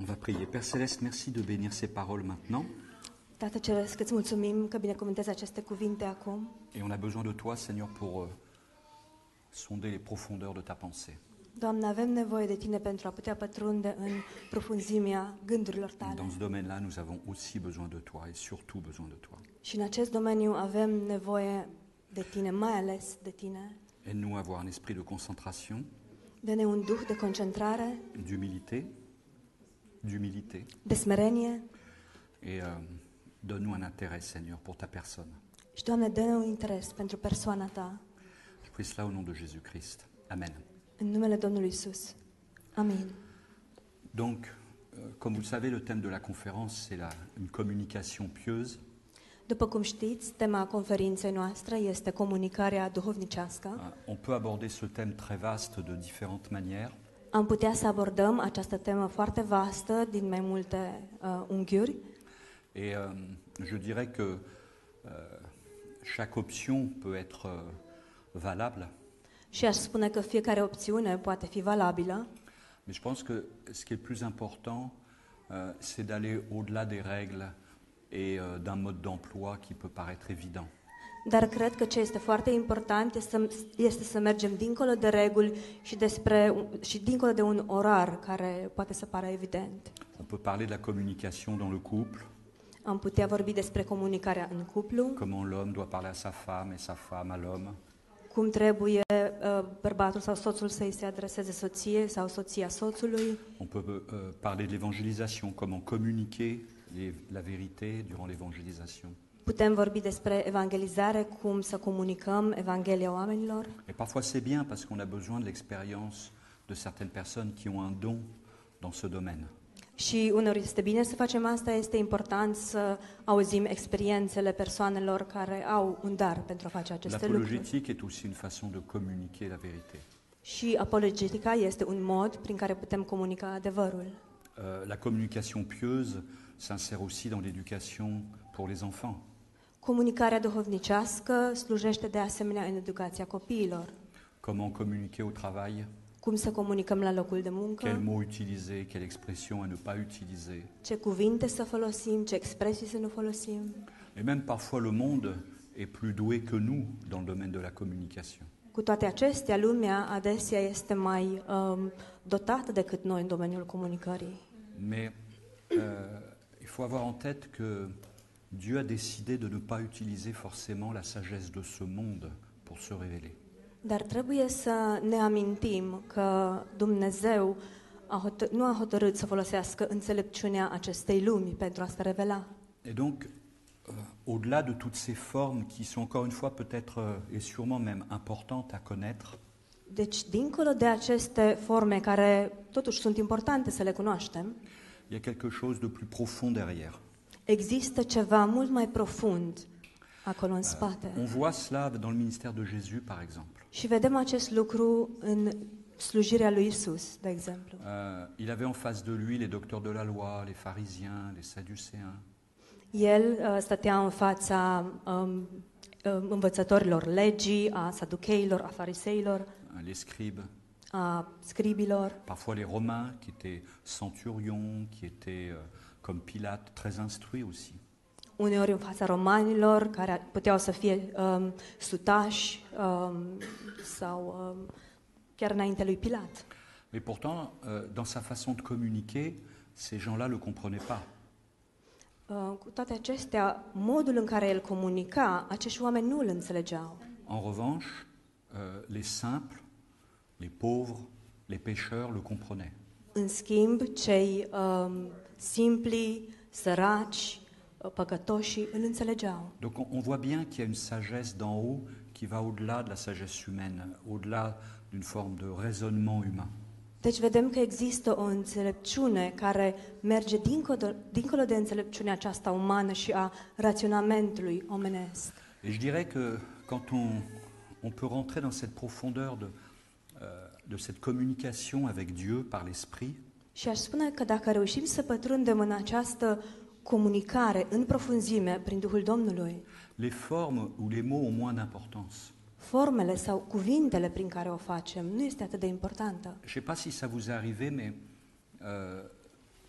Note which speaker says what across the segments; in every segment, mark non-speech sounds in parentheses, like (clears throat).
Speaker 1: On va prier. Père Céleste, merci de bénir ces paroles maintenant.
Speaker 2: Tată Ceresc, îți mulțumim că binecuvântezi aceste cuvinte acum
Speaker 1: Et on a besoin de toi, Seigneur, pour euh, sonder les profondeurs de ta pensée.
Speaker 2: Doamne, avem nevoie de Tine pentru a putea pătrunde în profunzimea gândurilor Tale.
Speaker 1: Dans ce domaine-là, nous avons aussi besoin de toi et surtout besoin de toi.
Speaker 2: Și în acest domeniu avem nevoie de Tine, mai ales de Tine.
Speaker 1: Aide-nous à avoir un esprit de concentration,
Speaker 2: Dă-ne un duh de concentrare,
Speaker 1: d'humilité, d'humilité,
Speaker 2: de smerenie
Speaker 1: et euh, donne-nous un intérêt, Seigneur, pour ta personne.
Speaker 2: și, Doamne, dă-ne un interes pentru persoana Ta.
Speaker 1: Je prie cela au nom de Jésus-Christ. Amen.
Speaker 2: În numele Domnului Isus. Amin.
Speaker 1: Donc, euh, comme vous le savez, le thème de la conférence, c'est la- une communication pieuse.
Speaker 2: După cum știți, tema conferinței noastre este comunicarea duhovnicească.
Speaker 1: Euh, On peut aborder ce thème très vaste de différentes manières.
Speaker 2: Am putea să abordăm această temă foarte vastă din mai multe uh, unghiuri
Speaker 1: Et euh, je dirais que euh, chaque option peut être euh, valable,
Speaker 2: și aș spune că fiecare opțiune poate fi valabilă,
Speaker 1: mais je pense que ce qui est le plus important, euh, c'est d'aller au-delà des règles et euh, d'un mode d'emploi qui peut paraître évident.
Speaker 2: dar cred că ce este foarte important este să, este să mergem dincolo de reguli și, despre, și dincolo de un orar care poate să pară evident.
Speaker 1: On peut parler de la communication dans le couple,
Speaker 2: Am putea vorbi despre comunicarea în cuplu,
Speaker 1: comment l'homme doit parler à sa femme et sa femme à l'homme,
Speaker 2: cum trebuie uh, bărbatul sau soțul să-i se adreseze soției sau soția soțului.
Speaker 1: On peut euh, parler de l'évangélisation, comment communiquer les- la vérité durant l'évangélisation.
Speaker 2: Putem vorbi despre evangelizare, cum să comunicăm Evanghelia oamenilor.
Speaker 1: Et parfois c'est bien parce qu'on a besoin de l'expérience de certaines personnes qui ont un don dans ce domaine.
Speaker 2: Și uneori este bine să facem asta, este important să auzim experiențele persoanelor care au un dar pentru a face aceste lucruri.
Speaker 1: L'apologétique est aussi une façon de communiquer la vérité.
Speaker 2: Și apologetica este un mod prin care putem comunica adevărul.
Speaker 1: Euh, la communication pieuse s'insère aussi dans l'éducation pour les enfants.
Speaker 2: Comunicarea duhovnicească slujește de asemenea în educația copiilor.
Speaker 1: Comment communiquer au travail,
Speaker 2: Cum să comunicăm la locul de
Speaker 1: quels
Speaker 2: muncă,
Speaker 1: mots utiliser, quelle expression à ne pas utiliser.
Speaker 2: ce cuvinte să folosim, ce expresii să nu folosim.
Speaker 1: Et même parfois le monde est plus doué que nous dans le domaine de la communication.
Speaker 2: Cu toate acestea, lumea adesea este mai um, dotată decât noi în domeniul comunicării.
Speaker 1: Mais euh, il faut avoir en tête que Dieu a décidé de ne pas utiliser forcément la sagesse de ce monde pour se révéler.
Speaker 2: Dar trebuie să ne amintim că Dumnezeu a hot- nu a hotărât să folosească înțelepciunea acestei lumi pentru a se revela.
Speaker 1: Et donc, euh, au-delà de toutes ces formes qui sont encore une fois peut-être euh, et sûrement même importantes à connaître,
Speaker 2: Deci, dincolo de aceste forme care totuși sunt importante să le cunoaștem,
Speaker 1: il y a quelque chose de plus profond derrière.
Speaker 2: există ceva mult mai profund acolo în
Speaker 1: On
Speaker 2: spate.
Speaker 1: voit cela dans le ministère de Jésus, par exemple.
Speaker 2: Și vedem acest lucru în slujirea lui Isus, de exemplu.
Speaker 1: Euh, il avait en face de lui les docteurs de la loi, les pharisiens, les sadducéens.
Speaker 2: El uh, stătea în fața um, um, învățătorilor legii, a saducheilor, a fariseilor,
Speaker 1: euh, les scribes,
Speaker 2: a scribilor,
Speaker 1: Parfois les Romains, qui étaient centurions, qui étaient, euh, comme Pilate, très instruits aussi.
Speaker 2: uneori în fața romanilor, care puteau să fie um, sutași um, sau um, chiar înainte lui Pilat.
Speaker 1: Mais pourtant, euh, dans sa façon de communiquer, ces gens-là ne le comprenaient pas.
Speaker 2: Uh, cu toate acestea, modul în care el comunica, acești oameni nu îl înțelegeau.
Speaker 1: En revanche, euh, les simples, les pauvres, les pêcheurs le comprenaient.
Speaker 2: În schimb, cei um, simpli, săraci, uh, păcătoși, îl înțelegeau.
Speaker 1: Donc on, on voit bien qu'il y a une sagesse d'en haut qui va au-delà de la sagesse humaine, au-delà d'une forme de raisonnement humain.
Speaker 2: Deci vedem că există o înțelepciune care merge dincolo, dincolo de înțelepciunea aceasta umană și a raționamentului omenesc.
Speaker 1: Et je dirais que quand on, on peut rentrer dans cette profondeur de, euh, de cette communication avec Dieu par l'esprit,
Speaker 2: Și aș spune că dacă reușim să pătrundem în această comunicare în profunzime prin Duhul Domnului,
Speaker 1: les formes ou les mots ont moins d'importance.
Speaker 2: formele sau cuvintele prin care o facem nu este atât de importantă.
Speaker 1: Je ne sais pas si ça vous est arrivé, mais euh,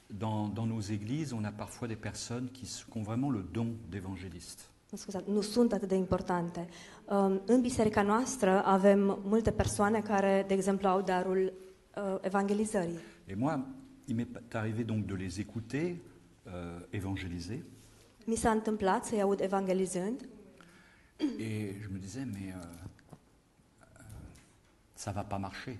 Speaker 1: dans, dans nos églises, on a parfois des personnes qui, s- qui ont vraiment le don d'évangéliste.
Speaker 2: Mă Scuzați, nu sunt atât de importante. Um, În biserica noastră avem multe persoane care, de exemplu, au darul uh, evangelizării.
Speaker 1: Et moi, il m'est arrivé donc de les écouter euh, évangéliser,
Speaker 2: Mi s-a întâmplat să-i aud evangelizând
Speaker 1: et je me disais, mais euh, euh, ça va pas marcher.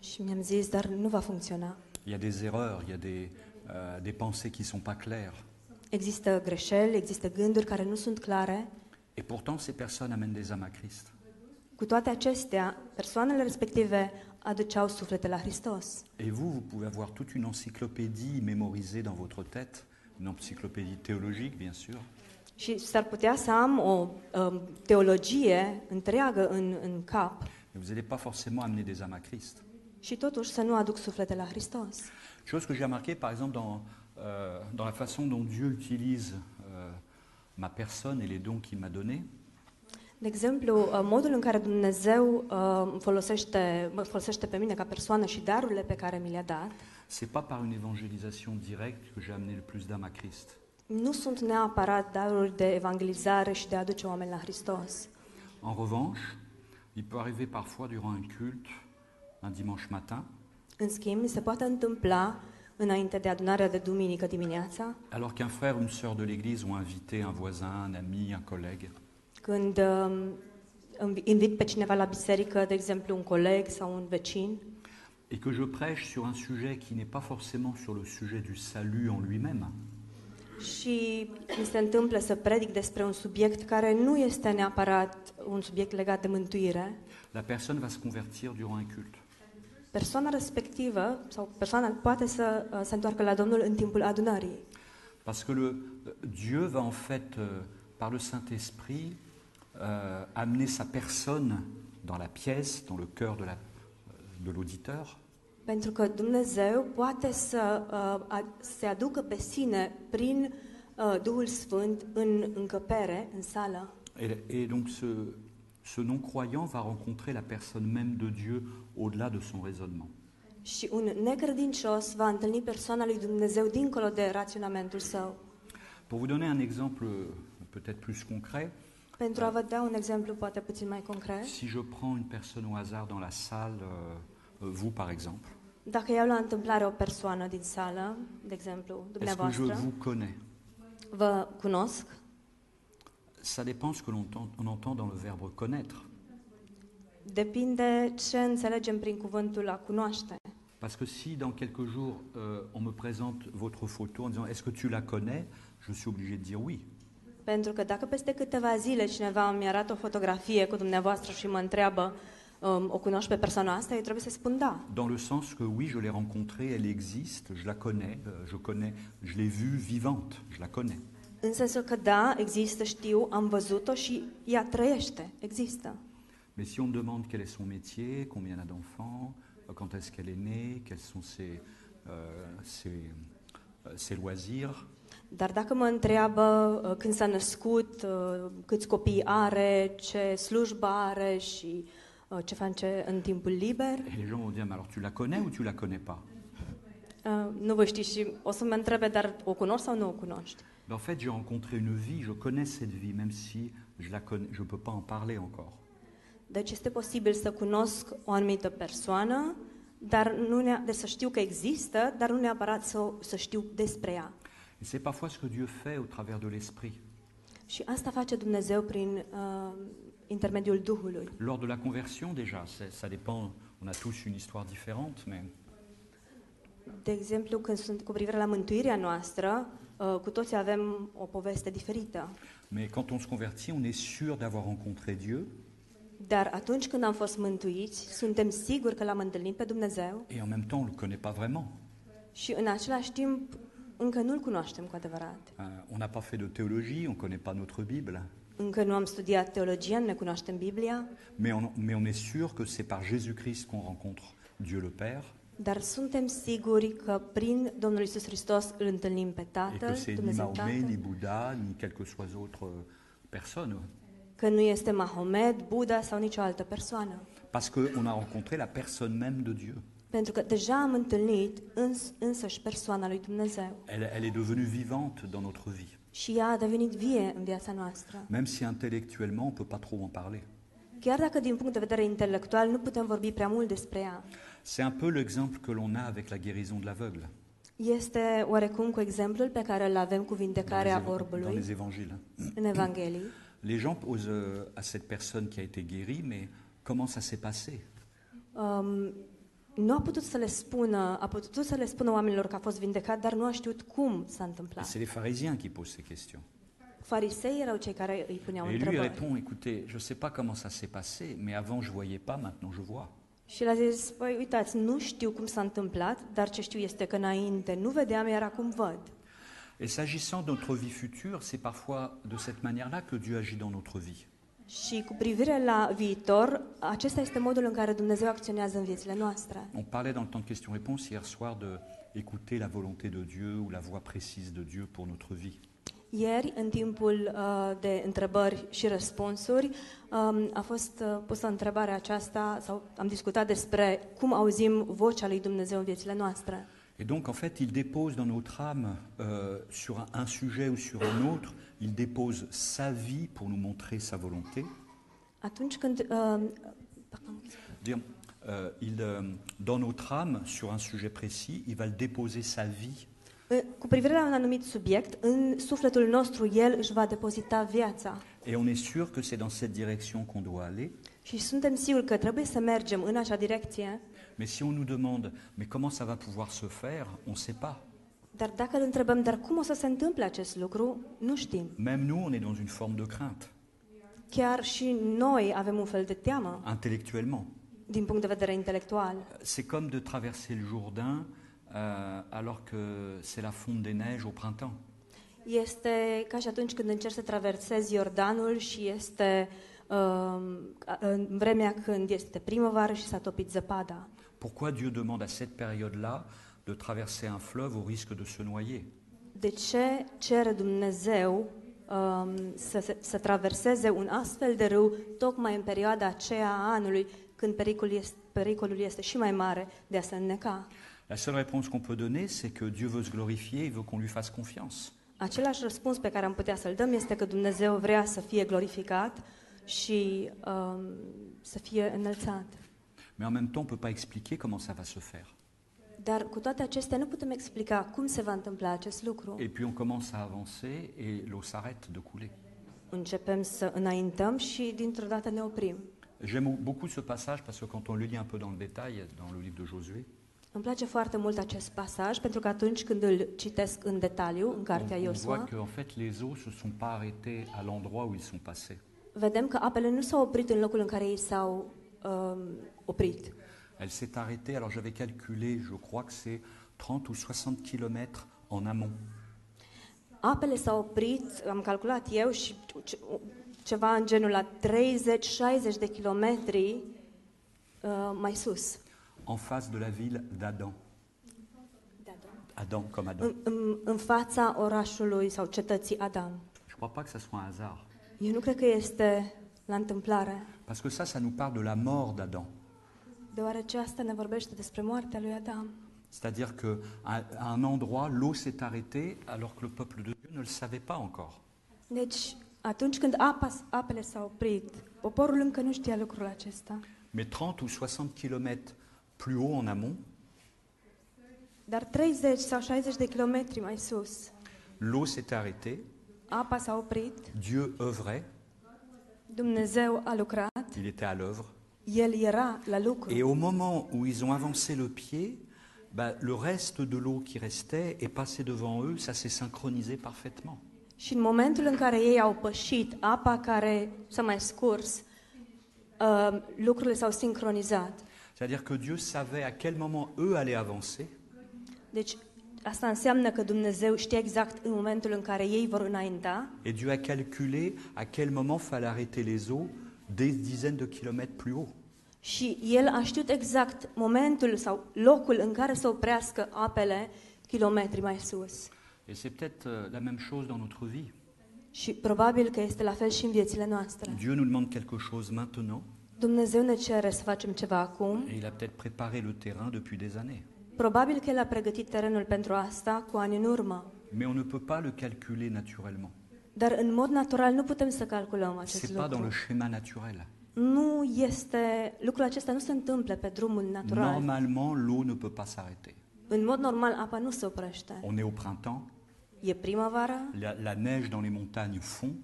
Speaker 2: și mi-am zis, dar nu va funcționa.
Speaker 1: Il y a des erreurs, il y a des, euh, des pensées qui sont pas claires.
Speaker 2: Există greșeli, există gânduri care nu sunt clare.
Speaker 1: Et pourtant, ces personnes amènent des âmes à Christ.
Speaker 2: Cu toate acestea, persoanele respective aduceau suflete la Hristos.
Speaker 1: Et vous, vous pouvez avoir toute une encyclopédie mémorisée dans votre tête, une encyclopédie théologique, bien sûr,
Speaker 2: Și s-ar putea să am o um, teologie întreagă în, în cap
Speaker 1: mais vous n'allez pas forcément amener des âmes à Christ.
Speaker 2: și totuși să nu aduc suflete la Hristos.
Speaker 1: Chose que j'ai remarquée, par exemple, dans, euh, dans la façon dont Dieu utilise euh, ma personne et les dons qu'il m'a donnés,
Speaker 2: De exemplu, uh, modul în care Dumnezeu uh, îmi folosește, mă folosește pe mine ca persoană și darurile pe care mi le-a dat,
Speaker 1: c'est pas par une évangélisation directe que j'ai amené le plus d'âmes à Christ.
Speaker 2: nu sunt neapărat daruri de evangelizare și de a aduce oameni la Hristos.
Speaker 1: En revanche, il peut arriver parfois durant un culte, un dimanche matin,
Speaker 2: În schimb, mi se poate întâmpla, înainte de adunarea de duminică dimineața,
Speaker 1: alors qu'un frère ou une sœur de l'Église ont invité un voisin, un ami, un collègue,
Speaker 2: când uh, îmi invit pe cineva la biserică, de exemplu un coleg sau un vecin,
Speaker 1: et que je prêche sur un sujet qui n'est pas forcément sur le sujet du salut en lui-même,
Speaker 2: și mi se întâmplă să predic despre un subiect care nu este neapărat un subiect legat de mântuire,
Speaker 1: la personne va se convertir durant un culte.
Speaker 2: Persoana respectivă sau persoana poate să uh, se întoarcă la Domnul în timpul adunării.
Speaker 1: Parce que le, euh, Dieu va en fait, euh, par le Saint-Esprit, euh, amener sa personne dans la pièce, dans le cœur de la- euh, de l'auditeur,
Speaker 2: Pentru că Dumnezeu poate să uh, a- se aducă pe sine prin uh, Duhul Sfânt în încăpere, în sală.
Speaker 1: et, et donc ce, ce non-croyant va rencontrer la personne même de Dieu au-delà de son raisonnement.
Speaker 2: Și un necredincios va întâlni persoana lui Dumnezeu dincolo de raționamentul său.
Speaker 1: Pour vous donner un exemple euh, peut-être plus concret,
Speaker 2: Pentru a vă da un exemplu poate puțin mai concret,
Speaker 1: Si je prends une personne au hasard dans la salle, euh, euh, vous par exemple,
Speaker 2: dacă iau la întâmplare o persoană din sală, de exemplu,
Speaker 1: est-ce que je
Speaker 2: dumneavoastră,
Speaker 1: vous connais
Speaker 2: vă cunosc,
Speaker 1: Ça dépend ce que l'on entend- on entend dans le verbe connaître.
Speaker 2: Depinde ce înțelegem prin cuvântul a cunoaște.
Speaker 1: Parce que si dans quelques jours euh, on me présente votre photo en disant est-ce que tu la connais, je suis obligé de dire oui.
Speaker 2: Pentru că dacă peste câteva zile cineva mi arată o fotografie cu dumneavoastră și mă întreabă um, o cunoști pe persoana asta, eu trebuie să spun da.
Speaker 1: Dans le sens que oui, je l'ai rencontrée, elle existe, je la connais, euh, je connais, je l'ai vue vivante, je la connais.
Speaker 2: În sensul că da, există, știu, am văzut-o și ea trăiește, există.
Speaker 1: Mais si on me demande quel est son métier, combien elle a d'enfants, euh, quand est-ce qu'elle est née, quels sont ses, euh, ses- euh, ses loisirs,
Speaker 2: Dar dacă mă întreabă uh, când s-a născut, uh, câți copii are, ce slujbă are și uh, ce face în timpul liber,
Speaker 1: et les gens vont dire, mais alors tu la connais ou tu la connais pas
Speaker 2: uh, nu vă știi și o să mă întrebe, dar o cunoști sau nu o cunoști?
Speaker 1: Mais En fait, j'ai rencontré une vie, je connais cette vie, même si je la connais, je ne peux pas en parler encore.
Speaker 2: Deci este posibil să cunosc o anumită persoană, dar nu ne, de să știu că există, dar nu neapărat să, să știu despre ea.
Speaker 1: Et c'est parfois ce que Dieu fait au travers de l'esprit.
Speaker 2: Și asta face Dumnezeu prin uh, intermediul Duhului.
Speaker 1: Lors de la conversion, déjà, c'est- ça dépend, on a tous une histoire différente, mais
Speaker 2: De exemplu, când sunt cu privire la mântuirea noastră, uh, cu toții avem o poveste diferită.
Speaker 1: mais quand on se convertit, on est sûr d'avoir rencontré Dieu
Speaker 2: Dar atunci când am fost mântuiți, suntem siguri că l-am întâlnit pe Dumnezeu
Speaker 1: et en même temps, on ne le connaît pas vraiment.
Speaker 2: și în același timp încă nu-l cunoaștem cu adevărat.
Speaker 1: Euh, on n'a pas fait de théologie, on ne connaît pas notre Bible,
Speaker 2: Încă nu am studiat teologia, nu ne cunoaștem Biblia,
Speaker 1: mais on, mais on est sûr que c'est par Jésus-Christ qu'on rencontre Dieu le Père
Speaker 2: Dar suntem siguri că prin Domnul Isus Hristos îl întâlnim pe
Speaker 1: et que
Speaker 2: Tatăl,
Speaker 1: c'est ni
Speaker 2: Dumnezeu
Speaker 1: Mahomet, ni
Speaker 2: Tatăl,
Speaker 1: Bouddha, ni quelle que soit autre euh, personne.
Speaker 2: că nu este Mahomet, Buddha sau nicio altă persoană.
Speaker 1: Parce qu'on a rencontré la personne même de Dieu.
Speaker 2: Pentru că deja am întâlnit îns, însăși persoana lui Dumnezeu
Speaker 1: Elle, elle est devenue vivante dans notre vie,
Speaker 2: și ea a devenit vie în viața noastră.
Speaker 1: même si intellectuellement on ne peut pas trop en parler.
Speaker 2: Chiar dacă din punct de vedere intelectual nu putem vorbi prea mult despre ea,
Speaker 1: C'est un peu l'exemple que l'on a avec la guérison de l'aveugle
Speaker 2: este oarecum cu exemplul pe care îl avem cu
Speaker 1: dans, les
Speaker 2: vindecarea
Speaker 1: éva- dans
Speaker 2: orbului
Speaker 1: les évangiles.
Speaker 2: în Evanghelii.
Speaker 1: Les gens posent euh, à cette personne qui a été guérie, mais comment ça s'est passé
Speaker 2: Um, nu a putut să le spună, a putut să le spună oamenilor că a fost vindecat, dar nu a știut cum s-a
Speaker 1: Et
Speaker 2: întâmplat.
Speaker 1: C'est les pharisiens qui posent ces questions.
Speaker 2: Farisei erau cei care îi puneau
Speaker 1: Et lui
Speaker 2: întrebări.
Speaker 1: répond, écoutez, je ne sais pas comment ça s'est passé, mais avant je voyais pas, maintenant je vois.
Speaker 2: Și el a zis, păi uitați, nu știu cum s-a întâmplat, dar ce știu este că înainte nu vedeam, iar acum văd.
Speaker 1: Et s'agissant de notre vie future, c'est parfois de cette manière-là que Dieu agit dans notre vie.
Speaker 2: Și cu privire la viitor, acesta este modul în care Dumnezeu acționează în viețile noastre.
Speaker 1: On parlait dans le temps de questions-réponses hier soir de écouter la volonté de Dieu ou la voix précise de Dieu pour notre vie.
Speaker 2: Ieri, în timpul uh, de întrebări și răspunsuri, um, a fost uh, pusă întrebarea aceasta, sau am discutat despre cum auzim vocea lui Dumnezeu în viețile noastre.
Speaker 1: Et donc en fait, il dépose dans notre âme, euh, sur un, un sujet ou sur un autre, il dépose sa vie pour nous montrer sa volonté.
Speaker 2: Atunci când... Uh,
Speaker 1: Dire, euh, il, euh, dans notre âme, sur un sujet précis, il va le déposer sa vie
Speaker 2: uh, cu privire la un anumit subiect, în sufletul nostru el își va depozita viața.
Speaker 1: Et on est sûr que c'est dans cette direction qu'on doit aller.
Speaker 2: Și suntem siguri că trebuie să mergem în acea direcție,
Speaker 1: Mais si on nous demande, mais comment ça va pouvoir se faire, on ne sait pas.
Speaker 2: dar dacă îl întrebăm, dar cum o să se întâmple acest lucru, nu știm.
Speaker 1: Même nous, on est dans une forme de crainte,
Speaker 2: Chiar și noi avem un fel de teamă
Speaker 1: intellectuellement.
Speaker 2: din punct de vedere intelectual.
Speaker 1: C'est comme de traverser le Jourdain euh, alors que c'est la fonte des neiges au printemps.
Speaker 2: Este ca și atunci când încerci să traversezi Iordanul și este um, ca- în vremea când este primăvară și s-a topit zăpada.
Speaker 1: Pourquoi Dieu demande à cette période-là de traverser un fleuve au risque de se noyer
Speaker 2: De ce cere Dumnezeu um, să, se- să traverseze un astfel de râu tocmai în perioada aceea a anului când pericolul este, pericolul este și mai mare de a se înneca?
Speaker 1: La seule réponse qu'on peut donner, c'est que Dieu veut se glorifier, il veut qu'on lui fasse confiance.
Speaker 2: Același răspuns pe care am putea să-l dăm este că Dumnezeu vrea să fie glorificat și um, să fie înălțat.
Speaker 1: Mais en même temps, on ne peut pas expliquer comment ça va se faire.
Speaker 2: Dar cu toate acestea nu putem explica cum se va întâmpla acest lucru.
Speaker 1: Et puis on commence à avancer et l'eau s'arrête de couler.
Speaker 2: Începem să înaintăm și dintr-o dată ne oprim.
Speaker 1: J'aime beaucoup ce passage parce que quand on le lit un peu dans le détail, dans le livre de Josué,
Speaker 2: Îmi place foarte mult acest pasaj pentru că atunci când îl citesc în detaliu în
Speaker 1: on,
Speaker 2: cartea
Speaker 1: on voit
Speaker 2: Iosua,
Speaker 1: qu'en fait les eaux se sont pas arrêtées à l'endroit où ils sont passés.
Speaker 2: vedem că apele nu s-au oprit în locul în care ei s-au um, oprit.
Speaker 1: Elle s'est arrêtée, alors j'avais calculé, je crois que c'est 30 ou 60 kilomètres en amont.
Speaker 2: Apele s-au oprit, am calculat eu, și ce- ceva în genul la 30-60 de kilometri uh, mai sus.
Speaker 1: en face de la ville d'Adam. Adam comme Adam.
Speaker 2: În, în, în fața orașului sau cetății Adam.
Speaker 1: Je ne crois pas que ça soit un hasard.
Speaker 2: Eu nu cred că este la întâmplare,
Speaker 1: Parce que ça, ça nous parle de la mort d'Adam.
Speaker 2: deoarece asta ne vorbește despre moartea lui Adam.
Speaker 1: C'est-à-dire qu'à à un endroit, l'eau s'est arrêtée alors que le peuple de Dieu ne le savait pas encore.
Speaker 2: Deci, atunci când apa, apele s-au oprit, poporul încă nu știa lucrul acesta.
Speaker 1: Mais 30 ou 60 kilomètres plus haut en amont,
Speaker 2: Dar 30 sau 60 de kilometri mai sus,
Speaker 1: l'eau s'est arrêtée,
Speaker 2: apa s-a oprit,
Speaker 1: Dieu œuvrait,
Speaker 2: Dumnezeu a lucrat,
Speaker 1: il était à l'œuvre.
Speaker 2: El era la lucru.
Speaker 1: Et au moment où ils ont avancé le pied, bah, le reste de l'eau qui restait est passé devant eux, ça s'est synchronisé parfaitement.
Speaker 2: Și în momentul în care ei au pășit apa care s-a mai scurs, uh, lucrurile s-au sincronizat.
Speaker 1: C'est-à-dire que Dieu savait à quel moment eux allaient avancer
Speaker 2: Deci, asta înseamnă că Dumnezeu știe exact în momentul în care ei vor înainta
Speaker 1: et Dieu a calculé à quel moment fallait arrêter les eaux des dizaines de kilomètres plus haut.
Speaker 2: și El a știut exact momentul sau locul în care să oprească apele kilometri mai sus.
Speaker 1: Et c'est peut-être euh, la même chose dans notre vie.
Speaker 2: Și probabil că este la fel și în viețile noastre.
Speaker 1: Dieu nous demande quelque chose maintenant,
Speaker 2: Dumnezeu ne cere să facem ceva acum.
Speaker 1: Et il a peut-être préparé le terrain depuis des années.
Speaker 2: Probabil că El a pregătit terenul pentru asta cu ani în urmă.
Speaker 1: Mais on ne peut pas le calculer naturellement.
Speaker 2: Dar în mod natural nu putem să calculăm acest
Speaker 1: C'est pas dans
Speaker 2: lucru.
Speaker 1: le schéma naturel.
Speaker 2: Nu este, lucrul acesta nu se întâmplă pe drumul natural.
Speaker 1: Normalement, l'eau ne peut pas s'arrêter.
Speaker 2: În mod normal apa nu se oprește.
Speaker 1: On est au printemps,
Speaker 2: E primăvara,
Speaker 1: la, la neige dans les montagnes fond,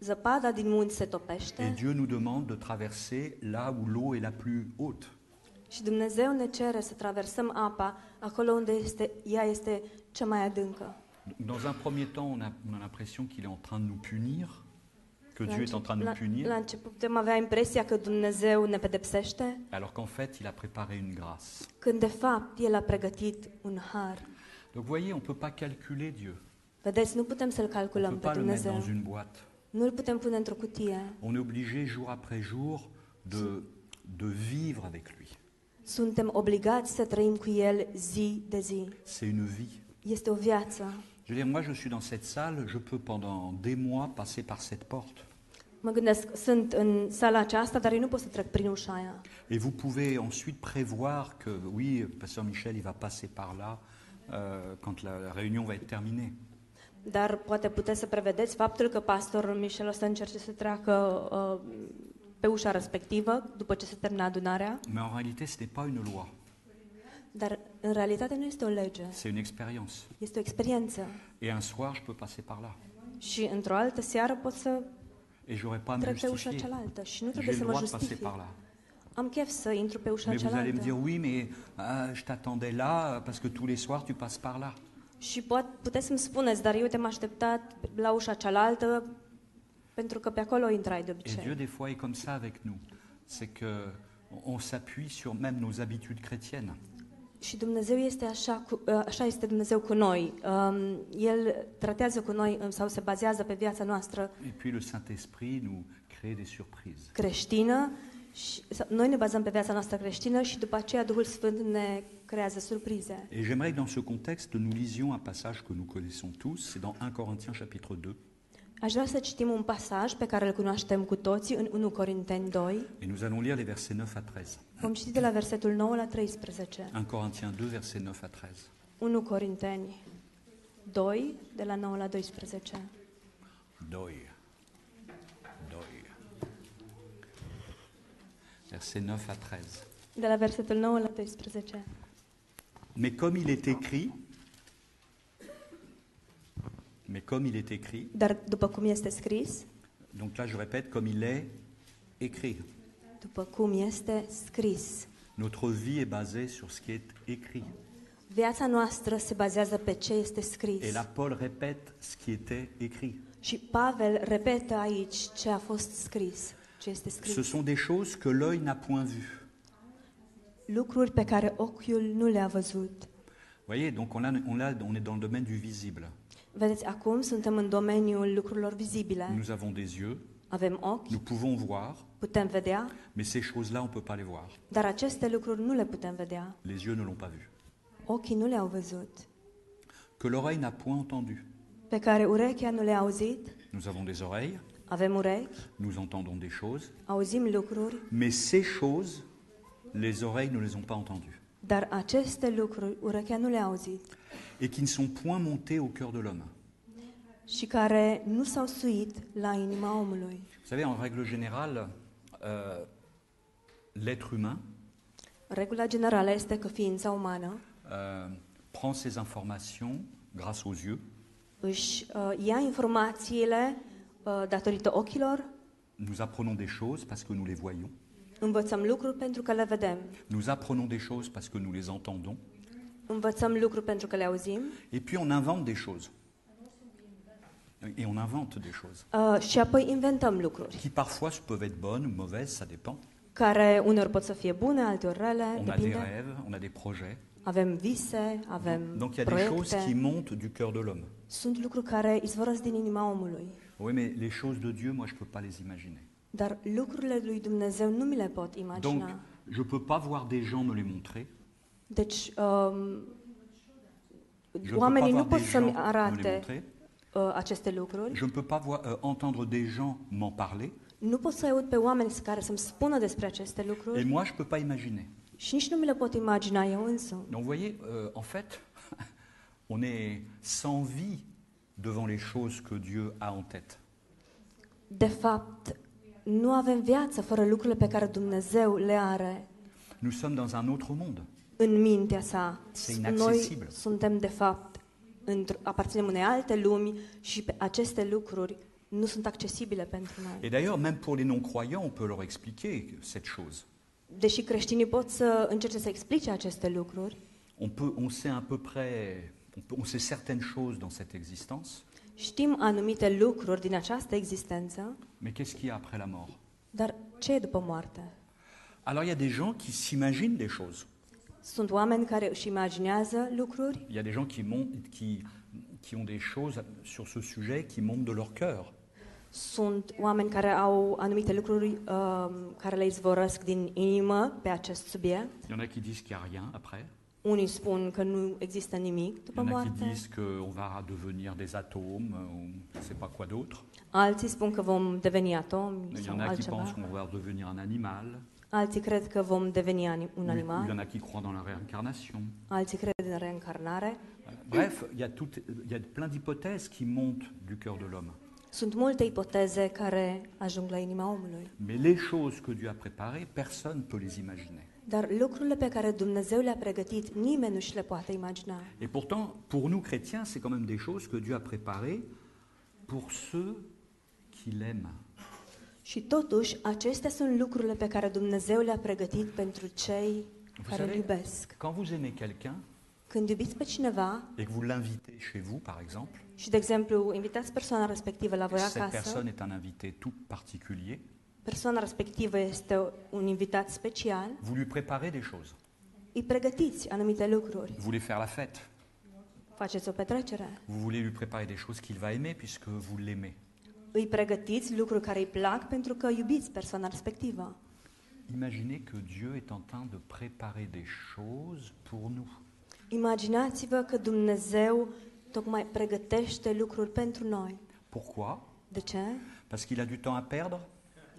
Speaker 2: zăpada din munți se
Speaker 1: et
Speaker 2: topește
Speaker 1: Dieu nous demande de traverser là où l'eau est la plus haute.
Speaker 2: și Dumnezeu ne cere să traversăm apa acolo unde este, ea este cea mai adâncă.
Speaker 1: Donc, Dans un premier temps, on a, on a l'impression qu'il est en train de nous punir, que Dieu est en
Speaker 2: înce-
Speaker 1: train de nous
Speaker 2: la, la
Speaker 1: punir,
Speaker 2: început putem avea impresia că Dumnezeu ne pedepsește,
Speaker 1: alors qu'en fait, il a préparé une grâce.
Speaker 2: când de fapt El a pregătit un har.
Speaker 1: Donc vous voyez, on ne peut pas calculer Dieu.
Speaker 2: Vedeți, nu putem să-L
Speaker 1: On ne
Speaker 2: calculăm
Speaker 1: peut
Speaker 2: pe
Speaker 1: pas le mettre
Speaker 2: Dumnezeu.
Speaker 1: dans une boîte.
Speaker 2: Nu-L putem pune într-o cutie.
Speaker 1: On est obligé jour après jour de, de vivre avec lui.
Speaker 2: Suntem obligați să trăim cu El zi de zi.
Speaker 1: C'est une vie.
Speaker 2: Este o viață.
Speaker 1: Je veux dire, moi je suis dans cette salle, je peux pendant des mois passer par cette porte.
Speaker 2: Mă gândesc, sunt în sala aceasta, dar eu nu pot să trec prin ușa aia.
Speaker 1: Et vous pouvez ensuite prévoir que, oui, Pasteur Michel, il va passer par là euh, quand la, la réunion va être terminée.
Speaker 2: Dar poate puteți să prevedeți faptul că pastorul Michel o să încerce să treacă uh, pe ușa respectivă după ce se termina adunarea,
Speaker 1: Mais en réalité, ce n'est pas une loi,
Speaker 2: dar în realitate nu este o lege,
Speaker 1: c'est une expérience.
Speaker 2: este o experiență.
Speaker 1: Et un soir, je peux passer par là.
Speaker 2: Și într-o altă seară pot să
Speaker 1: Et j'aurai pas à me
Speaker 2: trec pe ușa
Speaker 1: justifier.
Speaker 2: cealaltă și nu
Speaker 1: J'ai
Speaker 2: trebuie
Speaker 1: le
Speaker 2: să mă
Speaker 1: droit de passer
Speaker 2: justific.
Speaker 1: par là.
Speaker 2: Am chef să intru pe ușa
Speaker 1: Mais vous allez me dire,
Speaker 2: cealaltă.
Speaker 1: oui, mais ah, je t'attendais là euh, parce que tous les soirs, tu passes par là.
Speaker 2: Și poate, puteți să-mi spuneți, dar eu te-am așteptat la ușa cealaltă pentru că pe acolo intrai de
Speaker 1: Et Dieu,
Speaker 2: obicei.
Speaker 1: des fois, est comme ça avec nous. C'est que on s'appuie sur même nos habitudes chrétiennes.
Speaker 2: Și Dumnezeu este așa, cu, ă, așa este Dumnezeu cu noi. Um, El tratează cu noi um, sau se bazează pe viața noastră
Speaker 1: Et puis le Saint-Esprit nous crée des surprises.
Speaker 2: creștină. Și, sau, noi ne bazăm pe viața noastră creștină și după aceea Duhul Sfânt ne creează surprize.
Speaker 1: Et j'aimerais que dans ce contexte, nous lisions un passage que nous connaissons tous, c'est dans 1 Corinthiens chapitre 2,
Speaker 2: Aș vrea să citim un pasaj pe care îl cunoaștem cu toții în 1 Corinteni 2.
Speaker 1: et nous allons lire les versets 9 à 13.
Speaker 2: Vom citi de la versetul 9 la 13.
Speaker 1: 1 Corinthiens 2, versets 9 à 13.
Speaker 2: 1 Corinteni 2, de la 9 la 12.
Speaker 1: Doi. Doi. Versets 9 à 13.
Speaker 2: De la versetul 9 la 12.
Speaker 1: Mais comme il est écrit, mais comme il est écrit,
Speaker 2: Dar după cum este scris,
Speaker 1: donc là je répète, comme il est écrit.
Speaker 2: după cum este scris.
Speaker 1: Notre vie est basée sur ce qui est écrit.
Speaker 2: Viața noastră se bazează pe ce este
Speaker 1: Et
Speaker 2: scris.
Speaker 1: là, Paul répète ce qui était écrit.
Speaker 2: Și Pavel repetă aici ce a fost scris, ce este
Speaker 1: Ce
Speaker 2: scris.
Speaker 1: sont des choses que l'œil n'a point vues.
Speaker 2: Lucruri pe care ochiul nu le-a văzut.
Speaker 1: Vous voyez, donc on, a- on a- on est dans le domaine du visible.
Speaker 2: Vedeți, acum suntem în domeniul lucrurilor vizibile.
Speaker 1: Nous avons des yeux,
Speaker 2: Avem ochi,
Speaker 1: nous pouvons voir,
Speaker 2: putem vedea,
Speaker 1: mais ces choses-là, on ne peut pas les voir.
Speaker 2: dar aceste lucruri nu le putem vedea.
Speaker 1: Les yeux ne l'ont pas vu.
Speaker 2: Ochii nu le-au văzut.
Speaker 1: Que l'oreille n'a point entendu.
Speaker 2: Pe care urechea nu le-a auzit.
Speaker 1: Nous avons des oreilles,
Speaker 2: Avem urechi,
Speaker 1: nous entendons des choses,
Speaker 2: auzim lucruri,
Speaker 1: mais ces choses, les oreilles ne les ont pas entendues.
Speaker 2: Dar aceste lucruri urechea nu le-a auzit
Speaker 1: Et qui ne sont point montées au cœur de l'homme.
Speaker 2: și care nu s-au suit la inima omului.
Speaker 1: Vous savez, en règle générale, euh, l'être humain
Speaker 2: Regula generală este că ființa umană
Speaker 1: euh, prend ses informations grâce aux yeux.
Speaker 2: își uh, ia informațiile uh, datorită ochilor,
Speaker 1: Nous apprenons des choses parce que nous les voyons.
Speaker 2: învățăm lucruri pentru că le vedem,
Speaker 1: Nous apprenons des choses parce que nous les entendons.
Speaker 2: învățăm lucruri pentru că le auzim
Speaker 1: Et puis on invente des choses. Et on invente des choses
Speaker 2: uh, și apoi inventăm lucruri
Speaker 1: qui parfois peuvent être bonnes ou mauvaises, ça dépend.
Speaker 2: care uneori pot să fie bune, alteori rele,
Speaker 1: On a des
Speaker 2: depinde.
Speaker 1: rêves, on a des projets.
Speaker 2: Avem vise, avem
Speaker 1: Donc il y a des choses qui
Speaker 2: proiecte.
Speaker 1: montent du cœur de l'homme.
Speaker 2: Sunt lucruri care izvorăsc din inima omului.
Speaker 1: Oui, mais les choses de Dieu, moi, je ne peux pas les imaginer.
Speaker 2: Dar lucrurile lui Dumnezeu nu mi le pot
Speaker 1: Donc,
Speaker 2: imagina.
Speaker 1: je ne peux pas voir des gens me les montrer.
Speaker 2: Deci, um,
Speaker 1: Je ne peux pas
Speaker 2: oamenii nu
Speaker 1: voir
Speaker 2: pot
Speaker 1: des gens
Speaker 2: să-mi
Speaker 1: me les
Speaker 2: arate
Speaker 1: montrer.
Speaker 2: uh, aceste lucruri,
Speaker 1: Je ne peux pas voir- euh, entendre des gens m'en parler.
Speaker 2: Nu pot să aud pe oameni care să-mi spună despre aceste lucruri
Speaker 1: Et moi, je ne peux pas imaginer.
Speaker 2: și nici nu mi le pot imagina eu însă.
Speaker 1: Donc vous voyez, euh, en fait, (laughs) on est sans vie devant les choses que Dieu a en tête.
Speaker 2: De fapt, nu avem viață fără lucrurile pe care Dumnezeu le are
Speaker 1: Nous sommes dans un autre monde.
Speaker 2: în mintea sa.
Speaker 1: Se
Speaker 2: Noi
Speaker 1: inaccesibil.
Speaker 2: suntem, de fapt, într- aparținem unei alte lumi și pe aceste lucruri nu sunt accesibile pentru noi.
Speaker 1: Et d'ailleurs, même pour les non-croyants, on peut leur expliquer cette chose.
Speaker 2: Deși creștinii pot să încerce să explice aceste lucruri
Speaker 1: On, peut, on sait à peu près, on, peut- on sait certaines choses dans cette existence,
Speaker 2: Știm anumite lucruri din această existență,
Speaker 1: mais qu'est-ce qu'il y a après la mort
Speaker 2: dar ce e după moarte?
Speaker 1: Alors il y a des gens qui s'imaginent des choses.
Speaker 2: Sunt oameni care își imaginează lucruri,
Speaker 1: Il y a des gens qui, mon- qui, qui ont des choses sur ce sujet qui montent de leur cœur.
Speaker 2: sunt oameni care au anumite lucruri um, care le izvorăsc din inimă pe acest subiect.
Speaker 1: Il y en a qui disent qu'il n'y a rien après.
Speaker 2: Unii spun că nu există nimic
Speaker 1: Il y
Speaker 2: după
Speaker 1: en a qui
Speaker 2: moarte,
Speaker 1: disent qu'on va devenir des atomes euh, ou je ne sais pas quoi d'autre.
Speaker 2: alții spun că vom deveni atomi
Speaker 1: Il y
Speaker 2: sau
Speaker 1: en a qui pensent
Speaker 2: altceva,
Speaker 1: qu'on va devenir un animal.
Speaker 2: alții cred că vom deveni ani- un
Speaker 1: Ou- ou Il y en
Speaker 2: animal,
Speaker 1: a qui croient dans la réincarnation.
Speaker 2: alții cred în reîncarnare.
Speaker 1: Euh, Bref, il y, a tout- il y a plein d'hypothèses qui montent du cœur de l'homme.
Speaker 2: Sunt multe ipoteze care ajung la inima omului.
Speaker 1: Mais les choses que Dieu a préparées, personne ne peut les imaginer.
Speaker 2: Dar lucrurile pe care Dumnezeu le-a pregătit, nimeni nu și le poate imagina.
Speaker 1: Et pourtant, pour nous chrétiens, c'est quand même des choses que Dieu a préparées pour ceux qui l'aiment.
Speaker 2: Și totuși, acestea sunt lucrurile pe care Dumnezeu le-a pregătit pentru cei
Speaker 1: Vous
Speaker 2: care îl
Speaker 1: savez,
Speaker 2: iubesc.
Speaker 1: quand vous aimez quelqu'un
Speaker 2: Când iubiți pe cineva
Speaker 1: et que vous l'invitez chez vous, par exemple,
Speaker 2: și, de exemplu, invitați persoana respectivă la voi
Speaker 1: cette
Speaker 2: acasă,
Speaker 1: personne est un invité tout particulier,
Speaker 2: persoana respectivă este un invitat special,
Speaker 1: vous lui préparez des choses,
Speaker 2: îi pregătiți anumite lucruri,
Speaker 1: vous voulez faire la fête,
Speaker 2: faceți o petrecere,
Speaker 1: vous voulez lui préparer des choses qu'il va aimer puisque vous l'aimez.
Speaker 2: îi pregătiți lucruri care îi plac pentru că iubiți persoana respectivă.
Speaker 1: Imaginez que Dieu est en train de préparer des choses pour nous.
Speaker 2: Imaginați-vă că Dumnezeu tocmai pregătește lucruri pentru noi.
Speaker 1: Pourquoi
Speaker 2: De ce?
Speaker 1: Parce qu'il a du temps à perdre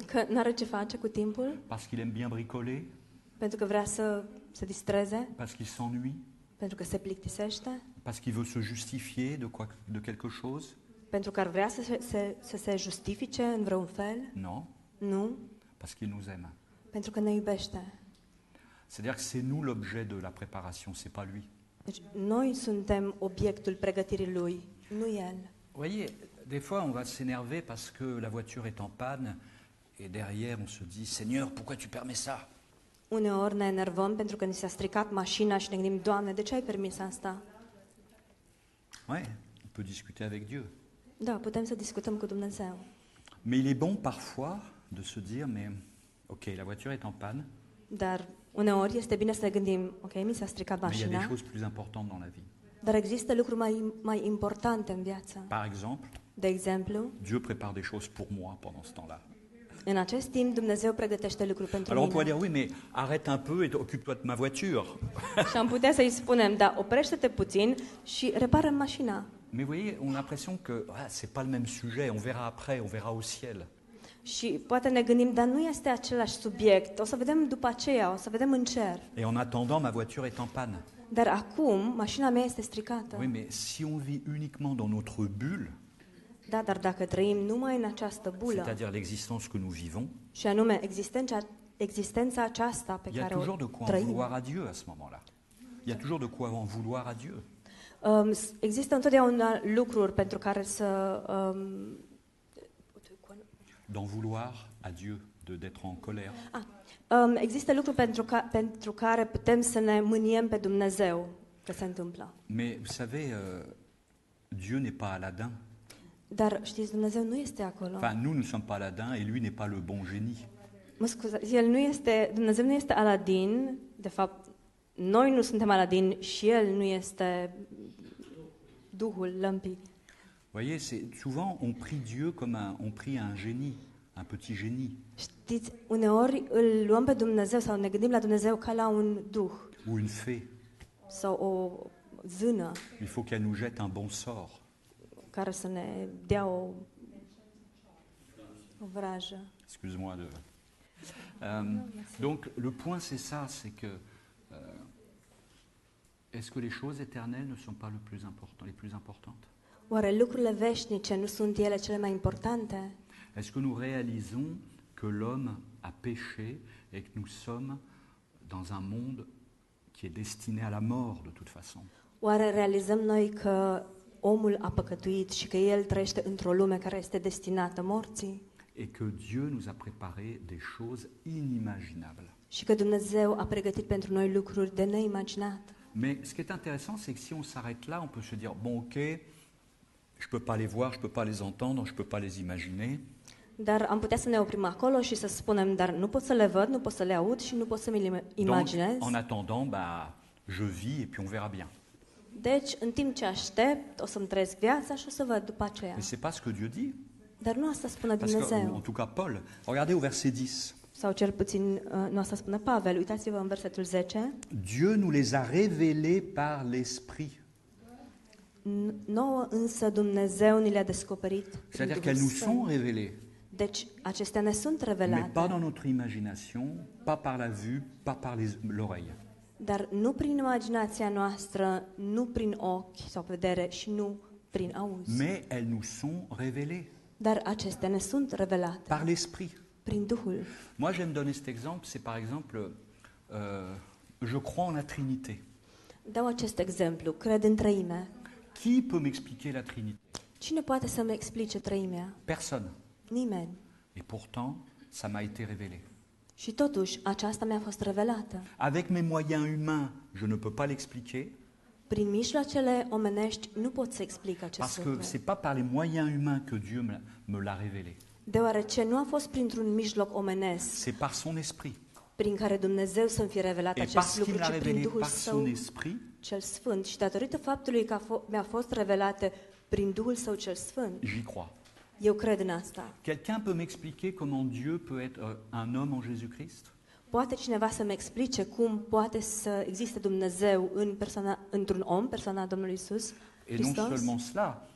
Speaker 2: Că nu are ce face cu timpul?
Speaker 1: Parce qu'il aime bien bricoler
Speaker 2: Pentru că vrea să se distreze?
Speaker 1: Parce qu'il s'ennuie
Speaker 2: Pentru că se plictisește?
Speaker 1: Parce qu'il veut se justifier de, quoi, de quelque chose
Speaker 2: Pentru că ar vrea să se, se, să se justifice în vreun fel?
Speaker 1: Non,
Speaker 2: Nu,
Speaker 1: parce qu'il nous aime.
Speaker 2: pentru că ne iubește.
Speaker 1: C'est-à-dire que c'est nous l'objet de la préparation, c'est pas lui.
Speaker 2: Deci noi suntem obiectul pregătirii lui, nu el.
Speaker 1: Vous voyez, des fois on va s'énerver parce que la voiture est en panne et derrière on se dit Seigneur, pourquoi tu permets ça
Speaker 2: Uneori ne enervăm pentru că ni s-a stricat mașina și ne gândim, Doamne, de ce ai permis asta?
Speaker 1: Ouais, on peut discuter avec Dieu.
Speaker 2: Da, putem să discutăm cu Dumnezeu.
Speaker 1: Mais il est bon parfois de se dire mais ok, la voiture est en panne,
Speaker 2: Dar uneori este bine să ne gândim, ok, mi s-a stricat
Speaker 1: mais il y a des
Speaker 2: mașina,
Speaker 1: choses plus importantes dans la vie.
Speaker 2: dar există lucruri mai, mai importante în viață.
Speaker 1: Par exemple,
Speaker 2: De exemplu,
Speaker 1: Dieu prépare des choses pour moi pendant ce temps-là.
Speaker 2: în acest timp Dumnezeu pregătește lucruri pentru
Speaker 1: Alors on pourrait
Speaker 2: mine.
Speaker 1: dire oui, mais arrête un peu et occupe-toi de ma voiture.
Speaker 2: Și am putea să-i spunem, da, oprește-te puțin și repară mașina.
Speaker 1: Mais vous voyez, on a l'impression que ah, c'est pas le même sujet. On verra après, on verra au ciel.
Speaker 2: Și poate ne gândim, dar nu este același subiect, o să vedem după aceea, o să vedem în cer.
Speaker 1: Et en attendant, ma voiture est en panne.
Speaker 2: Dar acum mașina mea este stricată.
Speaker 1: Oui, mais si on vit uniquement dans notre bulle,
Speaker 2: Da, dar dacă trăim numai în această bulă,
Speaker 1: c'est-à-dire l'existence que nous vivons,
Speaker 2: și anume existența, existența aceasta pe
Speaker 1: il y a
Speaker 2: care o
Speaker 1: toujours de quoi en
Speaker 2: trăim,
Speaker 1: vouloir à Dieu à ce moment-là. Il y a toujours de quoi en vouloir à Dieu.
Speaker 2: Um, s- există întotdeauna lucruri pentru care să... Um,
Speaker 1: D'en vouloir à Dieu, de d'être en colère.
Speaker 2: ah, um, există lucruri pentru, ca, pentru care putem să ne mâniem pe Dumnezeu că se întâmplă.
Speaker 1: Mais vous savez, euh, Dieu n'est pas Aladdin.
Speaker 2: Dar știți, Dumnezeu nu este acolo.
Speaker 1: Enfin, nous ne sommes pas Aladdin et lui n'est pas le bon génie.
Speaker 2: Mă scuzați, el nu este, Dumnezeu nu este Aladin, de fapt, noi nu suntem Aladin și el nu este Duhul lămpii.
Speaker 1: Vous voyez, c'est- souvent on prie Dieu comme un, on prie un génie, un petit génie,
Speaker 2: Știți, uneori îl luăm pe Dumnezeu sau ne gândim la Dumnezeu ca la un duh
Speaker 1: ou une fée.
Speaker 2: sau o zână
Speaker 1: Il faut qu'elle nous jette un bon sort.
Speaker 2: care să ne dea o o vrajă.
Speaker 1: Excuse-moi de. Euh, donc le point c'est ça, c'est que euh, est-ce que les choses éternelles ne sont pas le plus important, les plus importantes
Speaker 2: Oare lucrurile veșnice nu sunt ele cele mai importante?
Speaker 1: Est-ce que nous réalisons que l'homme a péché et que nous sommes dans un monde qui est destiné à la mort de toute façon
Speaker 2: Oare realizăm noi că omul a păcătuit și că el trăiește într-o lume care este destinată morții?
Speaker 1: et que Dieu nous a préparé des choses inimaginables
Speaker 2: Și că Dumnezeu a pregătit pentru noi lucruri de neimaginat.
Speaker 1: Mais ce qui est intéressant, c'est que si on s'arrête là, on peut se dire, bon ok, je ne peux pas les voir, je ne peux pas les entendre, je ne peux pas les imaginer,
Speaker 2: Dar am putea să ne oprim acolo și să spunem, dar nu pot să le văd, nu pot să le aud și nu pot să mi le
Speaker 1: Donc,
Speaker 2: imaginez.
Speaker 1: en attendant, bah, je vis et puis on verra bien.
Speaker 2: Deci, în timp ce aștept, o să-mi trăiesc viața și o să văd după aceea.
Speaker 1: Mais c'est pas ce que Dieu dit.
Speaker 2: Dar nu asta spune
Speaker 1: Parce que, ou en
Speaker 2: Dumnezeu.
Speaker 1: tout cas, Paul. Regardez au verset 10.
Speaker 2: Sau cel puțin uh, nu asta spune Pavel. Uitați-vă în versetul 10.
Speaker 1: Dieu nous les a révélés par l'Esprit.
Speaker 2: N- Nouă însă Dumnezeu ni le-a descoperit. prin
Speaker 1: C'est-à-dire
Speaker 2: Duhul
Speaker 1: qu'elles nous
Speaker 2: Sfânt.
Speaker 1: sont révélées,
Speaker 2: Deci acestea ne sunt
Speaker 1: mais pas
Speaker 2: revelate,
Speaker 1: dans notre imagination, pas par la vue, pas par les- l'oreille.
Speaker 2: dar nu prin imaginația noastră, nu prin ochi sau vedere și nu prin auz.
Speaker 1: Mais elles nous sont révélées
Speaker 2: Dar acestea ne sunt revelate
Speaker 1: par l'Esprit.
Speaker 2: prin Duhul.
Speaker 1: Moi, j'aime donner cet exemple. C'est par exemple, euh, je crois en la Trinité.
Speaker 2: Dau acest exemplu. Cred în trăime.
Speaker 1: Qui peut m'expliquer la Trinité
Speaker 2: Cine poate să-mi explice trăimea?
Speaker 1: Personne.
Speaker 2: Nimeni.
Speaker 1: Et pourtant, ça m'a été révélé.
Speaker 2: Și totuși, aceasta mi-a fost revelată.
Speaker 1: Avec mes moyens humains, je ne peux pas l'expliquer
Speaker 2: Prin mijloacele omenești nu pot să explic
Speaker 1: parce
Speaker 2: acest
Speaker 1: que
Speaker 2: lucru.
Speaker 1: c'est pas par les moyens humains que Dieu me l'a- me l'a révélé.
Speaker 2: Deoarece nu a fost printr-un mijloc omenesc
Speaker 1: C'est par son esprit.
Speaker 2: prin care Dumnezeu să-mi fi revelat
Speaker 1: Et
Speaker 2: acest
Speaker 1: parce qu'il
Speaker 2: lucru,
Speaker 1: me l'a
Speaker 2: ci prin
Speaker 1: révélé
Speaker 2: Duhul
Speaker 1: par son
Speaker 2: Său
Speaker 1: esprit,
Speaker 2: cel Sfânt. Și datorită faptului că a fo- mi-a fost revelate prin Duhul Său cel Sfânt,
Speaker 1: j'y crois.
Speaker 2: eu cred în asta.
Speaker 1: Quelqu'un peut m'expliquer comment Dieu peut être euh, un homme en Jésus-Christ
Speaker 2: Poate cineva să-mi explice cum poate să existe Dumnezeu în persoana, într-un om, persoana Domnului Isus
Speaker 1: Et non
Speaker 2: Hristos?
Speaker 1: seulement cela,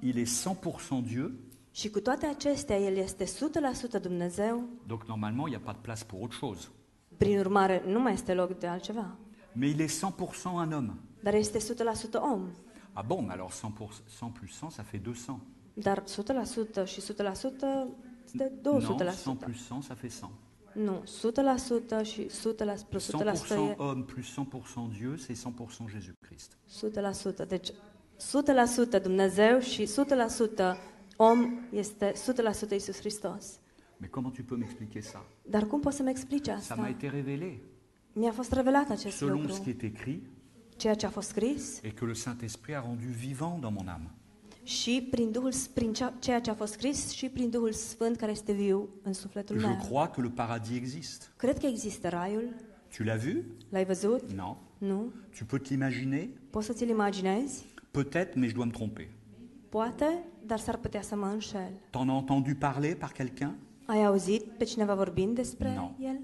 Speaker 1: il est 100% Dieu,
Speaker 2: Și cu toate acestea, El este 100% Dumnezeu,
Speaker 1: donc normalement il n'y a pas de place pour autre chose.
Speaker 2: prin urmare nu mai este loc de altceva,
Speaker 1: Mais il est 100% un homme.
Speaker 2: dar este 100% om.
Speaker 1: Ah bon, mais alors 100, pour- 100 plus 100, ça fait 200.
Speaker 2: Dar 100% și 100% este 200%.
Speaker 1: Non, 100 plus 100, ça fait 100.
Speaker 2: Nu, 100% și 100% plus
Speaker 1: 100%
Speaker 2: 100%
Speaker 1: homme plus 100% Dieu, c'est 100% Jésus-Christ.
Speaker 2: e 100%. Deci 100% Dumnezeu și 100% om este 100% Isus Hristos.
Speaker 1: Mais comment tu peux m'expliquer ça
Speaker 2: Dar cum poți să-mi explici
Speaker 1: Ça m'a
Speaker 2: asta?
Speaker 1: été révélé
Speaker 2: Mi-a fost revelat acest
Speaker 1: selon ce qui
Speaker 2: lucru,
Speaker 1: est écrit
Speaker 2: ceea ce a fost scris
Speaker 1: et que le Saint-Esprit a rendu vivant dans mon âme.
Speaker 2: și prin, Duhul, prin cea- ceea ce a fost scris și prin Duhul Sfânt care este viu în sufletul
Speaker 1: Je
Speaker 2: meu.
Speaker 1: crois que le paradis existe.
Speaker 2: Cred că există raiul,
Speaker 1: Tu l'as vu
Speaker 2: l-ai văzut?
Speaker 1: Non.
Speaker 2: Nu?
Speaker 1: Tu peux te l'imaginer
Speaker 2: Poți să ți-l imaginezi?
Speaker 1: Peut-être, mais je dois me tromper.
Speaker 2: Poate, dar s-ar putea să mă înșel.
Speaker 1: T'en as entendu parler par quelqu'un
Speaker 2: Ai auzit pe cineva vorbind despre
Speaker 1: Nu.
Speaker 2: el?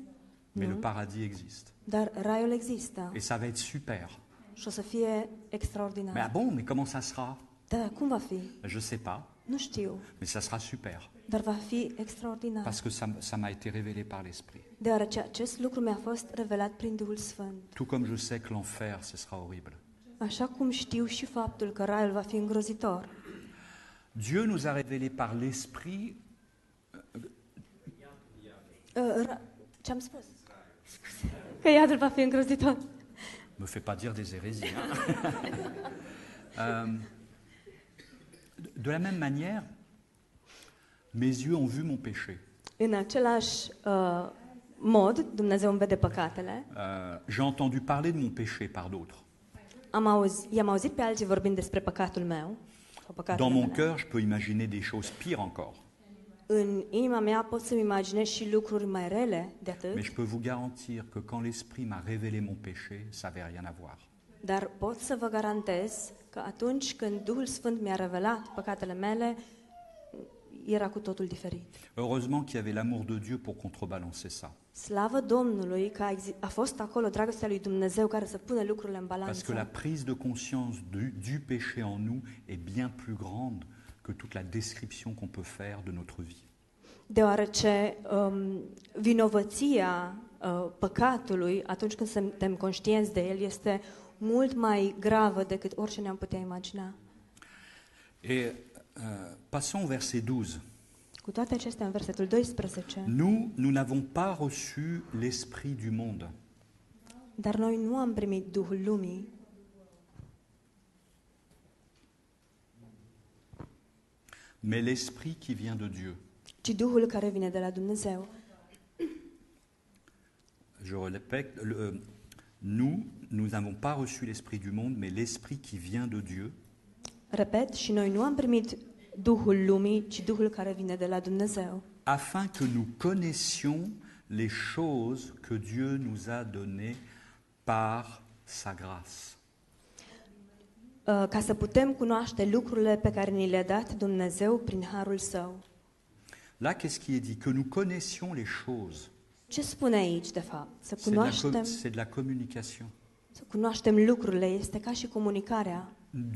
Speaker 1: Mais
Speaker 2: Nu.
Speaker 1: le paradis existe.
Speaker 2: Dar raiul există
Speaker 1: Et ça va être super.
Speaker 2: și o să fie
Speaker 1: Mais ah
Speaker 2: extraordinar.
Speaker 1: bon, mais comment ça sera
Speaker 2: Da, cum va fi?
Speaker 1: Je sais pas,
Speaker 2: Nu știu,
Speaker 1: mais ça sera super.
Speaker 2: dar va fi extraordinar.
Speaker 1: Parce que ça m- ça m'a été révélé par l'Esprit.
Speaker 2: Deoarece acest lucru mi-a fost revelat prin Duhul Sfânt.
Speaker 1: Tout comme je sais que l'enfer, ce sera horrible.
Speaker 2: Așa cum știu și faptul că raiul va fi îngrozitor.
Speaker 1: Dieu nous a révélé par l'Esprit,
Speaker 2: Uh, ra- Ce-am spus? Că iadul va fi îngrozitor.
Speaker 1: me fait pas dire des hérésies. hein. Euh, de- de la même manière, mes yeux ont vu mon péché.
Speaker 2: În același uh, mod, Dumnezeu îmi vede păcatele.
Speaker 1: Euh, J'ai entendu parler de mon péché par d'autres.
Speaker 2: Am auz, i-am auzit pe alții vorbind despre păcatul meu. Sau păcatul
Speaker 1: Dans mon
Speaker 2: meu.
Speaker 1: cœur, je peux imaginer des choses pires encore.
Speaker 2: În inima mea pot să-mi imaginez și lucruri mai rele de atât,
Speaker 1: Mais je peux vous garantir que quand l'Esprit m'a révélé mon péché, ça n'avait rien à voir.
Speaker 2: dar pot să vă garantez că atunci când Duhul Sfânt mi-a revelat păcatele mele, era cu totul diferit.
Speaker 1: Heureusement qu'il y avait l'amour de Dieu pour contrebalancer ça.
Speaker 2: Slavă Domnului că a, exi- a fost acolo dragostea lui Dumnezeu care să pune lucrurile în
Speaker 1: Parce que
Speaker 2: balanță.
Speaker 1: la prise de conscience du, du péché en nous est bien plus grande que toute la description qu'on peut faire de notre vie.
Speaker 2: deoarece um, vinovăția uh, păcatului, atunci când suntem conștienți de el, este mult mai gravă decât orice ne-am putea imagina.
Speaker 1: Et euh, passons au verset 12.
Speaker 2: Cu toate acestea, în versetul 12,
Speaker 1: Nous, nous n'avons pas reçu l'esprit du monde,
Speaker 2: dar noi nu am primit Duhul Lumii,
Speaker 1: mais l'esprit qui vient de Dieu.
Speaker 2: ci Duhul care vine de la Dumnezeu.
Speaker 1: Je répète, le- euh, nous, nous n'avons pas reçu l'esprit du monde, mais l'esprit qui vient de Dieu,
Speaker 2: Repet, și noi nu am primit Duhul Lumii, ci Duhul care vine de la Dumnezeu,
Speaker 1: afin que nous connaissions les choses que Dieu nous a données par sa grâce.
Speaker 2: uh, ca să putem cunoaște lucrurile pe care ni le-a dat Dumnezeu prin harul său.
Speaker 1: Là, qu'est-ce qui est dit Que nous connaissions les choses.
Speaker 2: Ce spune aici, de fapt? Să
Speaker 1: C'est de, la com-
Speaker 2: cunoaștem,
Speaker 1: c'est de la communication.
Speaker 2: să cunoaștem lucrurile, este ca și comunicarea.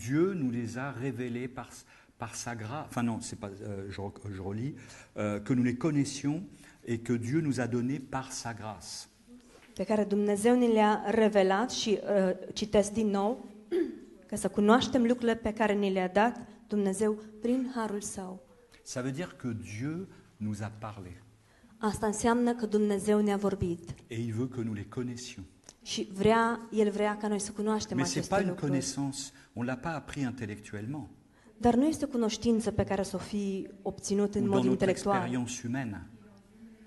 Speaker 1: Dieu nous les a révélés par, par sa grâce. Enfin non, c'est pas, euh, je, re- je relis. euh, que nous les connaissions et que Dieu nous a donné par sa grâce.
Speaker 2: pe care Dumnezeu ni le-a revelat și uh, citesc din nou, (clears throat) ca să cunoaștem lucrurile pe care ni le-a dat Dumnezeu prin harul său.
Speaker 1: Ça veut dire que Dieu nous a parlé
Speaker 2: Asta înseamnă că Dumnezeu ne-a vorbit
Speaker 1: et il veut que nous les connaissions.
Speaker 2: și vrea, El vrea ca noi să cunoaștem
Speaker 1: Mais ce n'est
Speaker 2: aceste
Speaker 1: pas une
Speaker 2: lucruri.
Speaker 1: connaissance, on ne l'a pas appris intellectuellement
Speaker 2: Dar nu este o cunoștință pe care să o fi obținut în
Speaker 1: ou dans
Speaker 2: mod
Speaker 1: notre
Speaker 2: intelectual,
Speaker 1: expérience humaine.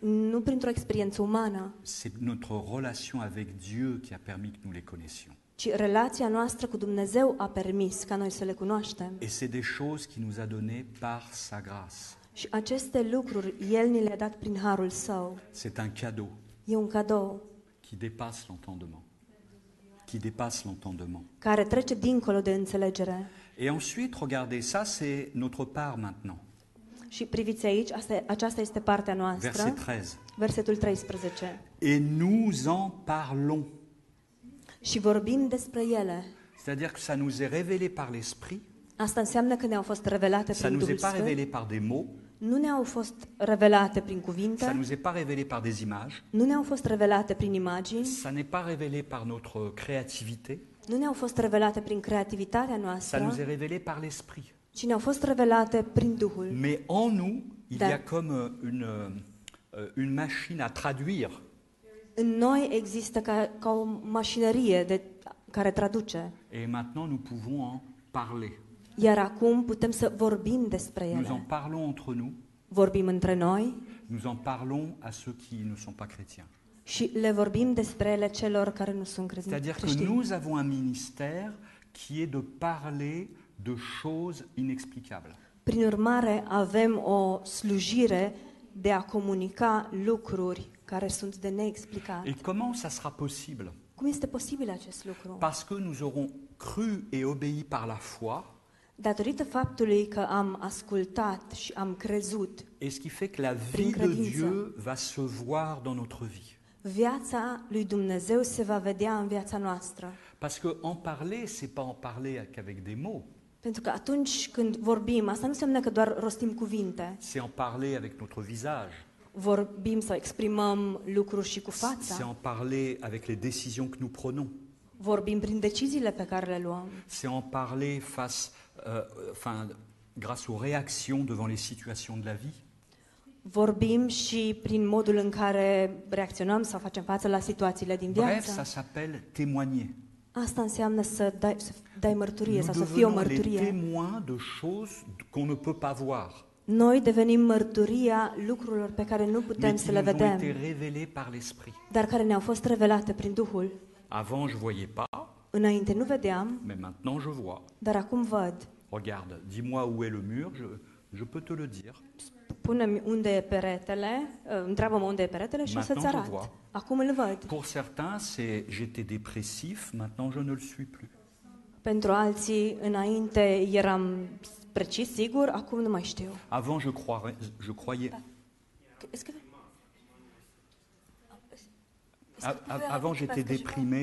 Speaker 2: nu printr-o experiență umană,
Speaker 1: C'est notre relation avec Dieu qui a permis que nous les connaissions.
Speaker 2: ci relația noastră cu Dumnezeu a permis ca noi să le cunoaștem.
Speaker 1: Et c'est des choses qu'il nous a données par sa grâce.
Speaker 2: Și aceste lucruri El ni le-a dat prin harul său.
Speaker 1: C'est un cadeau.
Speaker 2: E un cadou.
Speaker 1: qui dépasse l'entendement. Qui dépasse l'entendement.
Speaker 2: care trece dincolo de înțelegere.
Speaker 1: Et ensuite, regardez, ça c'est notre part maintenant.
Speaker 2: Și priviți aici, asta, aceasta este partea noastră,
Speaker 1: Verset 13.
Speaker 2: versetul 13.
Speaker 1: Et nous en parlons.
Speaker 2: Și vorbim despre ele.
Speaker 1: C'est-à-dire que ça nous est révélé par l'esprit,
Speaker 2: Asta înseamnă că ne-au fost revelate
Speaker 1: ça
Speaker 2: prin
Speaker 1: nous
Speaker 2: Duhul
Speaker 1: est pas
Speaker 2: Sfânt,
Speaker 1: révélé par des mots,
Speaker 2: nu ne-au fost revelate prin
Speaker 1: ça
Speaker 2: cuvinte,
Speaker 1: nous est pas révélé par des images,
Speaker 2: nu ne-au fost revelate prin imagini,
Speaker 1: ça n'est pas révélé par notre créativité,
Speaker 2: nu ne-au fost revelate prin creativitatea
Speaker 1: ça nous est
Speaker 2: noastră,
Speaker 1: révélé par l'esprit.
Speaker 2: ci ne-au fost revelate prin Duhul.
Speaker 1: Mais en nous, il y a
Speaker 2: Da.
Speaker 1: comme euh, une, euh, une machine à traduire
Speaker 2: În noi există ca, ca o mașinărie de, care traduce,
Speaker 1: et maintenant nous pouvons en parler.
Speaker 2: iar acum putem să vorbim despre
Speaker 1: Nous en
Speaker 2: ele.
Speaker 1: parlons entre nous,
Speaker 2: Vorbim între noi,
Speaker 1: nous en parlons à ceux qui ne sont pas chrétiens.
Speaker 2: Și le vorbim despre ele celor care nu sunt crezi-
Speaker 1: C'est-à-dire que
Speaker 2: creștini.
Speaker 1: nous avons un ministère qui est de parler de choses inexplicables.
Speaker 2: Prin urmare, avem o slujire de a comunica lucruri care sunt de neexplicat.
Speaker 1: Et comment ça sera possible
Speaker 2: Cum este posibil acest lucru?
Speaker 1: Parce que nous aurons cru et obéi par la foi,
Speaker 2: Datorită faptului că am ascultat și am crezut,
Speaker 1: et ce qui fait que la vie de
Speaker 2: credință.
Speaker 1: Dieu va se voir dans notre vie.
Speaker 2: viața lui Dumnezeu se va vedea în viața noastră.
Speaker 1: Parce que en parler, c'est pas en parler qu'avec des mots,
Speaker 2: Pentru că atunci când vorbim, asta nu înseamnă că doar rostim cuvinte.
Speaker 1: c'est en parler avec notre visage,
Speaker 2: Vorbim sau exprimăm lucruri și cu
Speaker 1: c'est
Speaker 2: fața.
Speaker 1: en parler avec les décisions que nous prenons.
Speaker 2: Vorbim prin deciziile pe care le luăm.
Speaker 1: C'est en parler face, euh, euh, enfin, grâce aux réactions devant les situations de la vie.
Speaker 2: Vorbim și prin modul în care reacționăm sau facem față la situațiile din
Speaker 1: Bref,
Speaker 2: viață.
Speaker 1: ça s'appelle témoigner.
Speaker 2: Asta înseamnă să dai, să dai mărturie
Speaker 1: Nous
Speaker 2: sau să fii o
Speaker 1: devenons les
Speaker 2: mărturie.
Speaker 1: témoins de choses qu'on ne peut pas voir,
Speaker 2: Noi devenim mărturia lucrurilor pe care nu
Speaker 1: mais
Speaker 2: putem
Speaker 1: qui
Speaker 2: să
Speaker 1: nous
Speaker 2: le
Speaker 1: ont été
Speaker 2: vedem,
Speaker 1: révélées par l'Esprit.
Speaker 2: dar care ne-au fost revelate prin Duhul.
Speaker 1: Avant, je voyais pas,
Speaker 2: Înainte nu vedeam,
Speaker 1: mais maintenant, je vois.
Speaker 2: dar acum văd.
Speaker 1: Regarde, dis-moi où est le mur, je, je peux te le dire.
Speaker 2: Punem unde e peretele, uh, întreabă-mă unde e peretele și o
Speaker 1: Maintenant,
Speaker 2: să-ți
Speaker 1: je
Speaker 2: arat.
Speaker 1: vois.
Speaker 2: Acum îl văd.
Speaker 1: Pour certains, c'est j'étais dépressif, maintenant je ne le suis plus.
Speaker 2: Pentru alții, înainte eram precis sigur, acum nu mai știu.
Speaker 1: Avant, je croirais- je croyais,
Speaker 2: Est-ce que-
Speaker 1: A- a- Avant, j'étais déprimé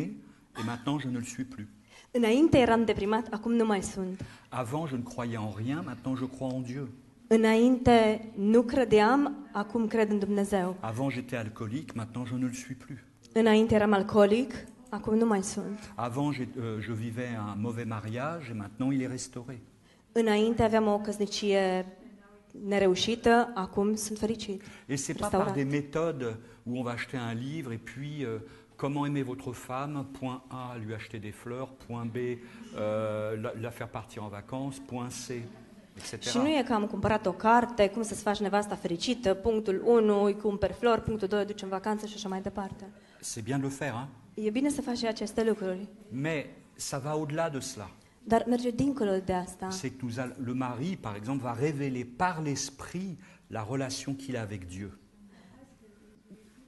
Speaker 1: et maintenant, je ne le suis plus.
Speaker 2: Înainte eram deprimat, acum nu mai sunt.
Speaker 1: Avant, je ne croyais en rien, maintenant, je crois en Dieu.
Speaker 2: Înainte nu credeam, acum cred în Dumnezeu.
Speaker 1: Avant, j'étais alcoolique, maintenant, je ne le suis plus.
Speaker 2: Înainte eram alcoolic, acum nu mai sunt.
Speaker 1: Avant, j'ai- euh, je vivais un mauvais mariage et maintenant, il est restauré.
Speaker 2: Înainte aveam o căsnicie nereușită, acum sunt fericit.
Speaker 1: Et c'est pas
Speaker 2: Restaurat.
Speaker 1: par des méthodes où on va acheter un livre et puis euh, comment aimer votre femme, point A, lui acheter des fleurs, point B, euh, la, la faire partir en vacances, point C,
Speaker 2: Și nu
Speaker 1: etc.
Speaker 2: e că am cumpărat o carte, cum să-ți faci nevasta fericită, punctul 1, îi cumperi flori, punctul 2, o duci în vacanță și așa mai departe.
Speaker 1: C'est bien de le faire, hein,
Speaker 2: E bine să faci și aceste lucruri,
Speaker 1: mais ça va au-delà de cela.
Speaker 2: dar merge dincolo de asta.
Speaker 1: C'est que nous all- le mari, par exemple, va révéler par l'esprit la relation qu'il a avec Dieu.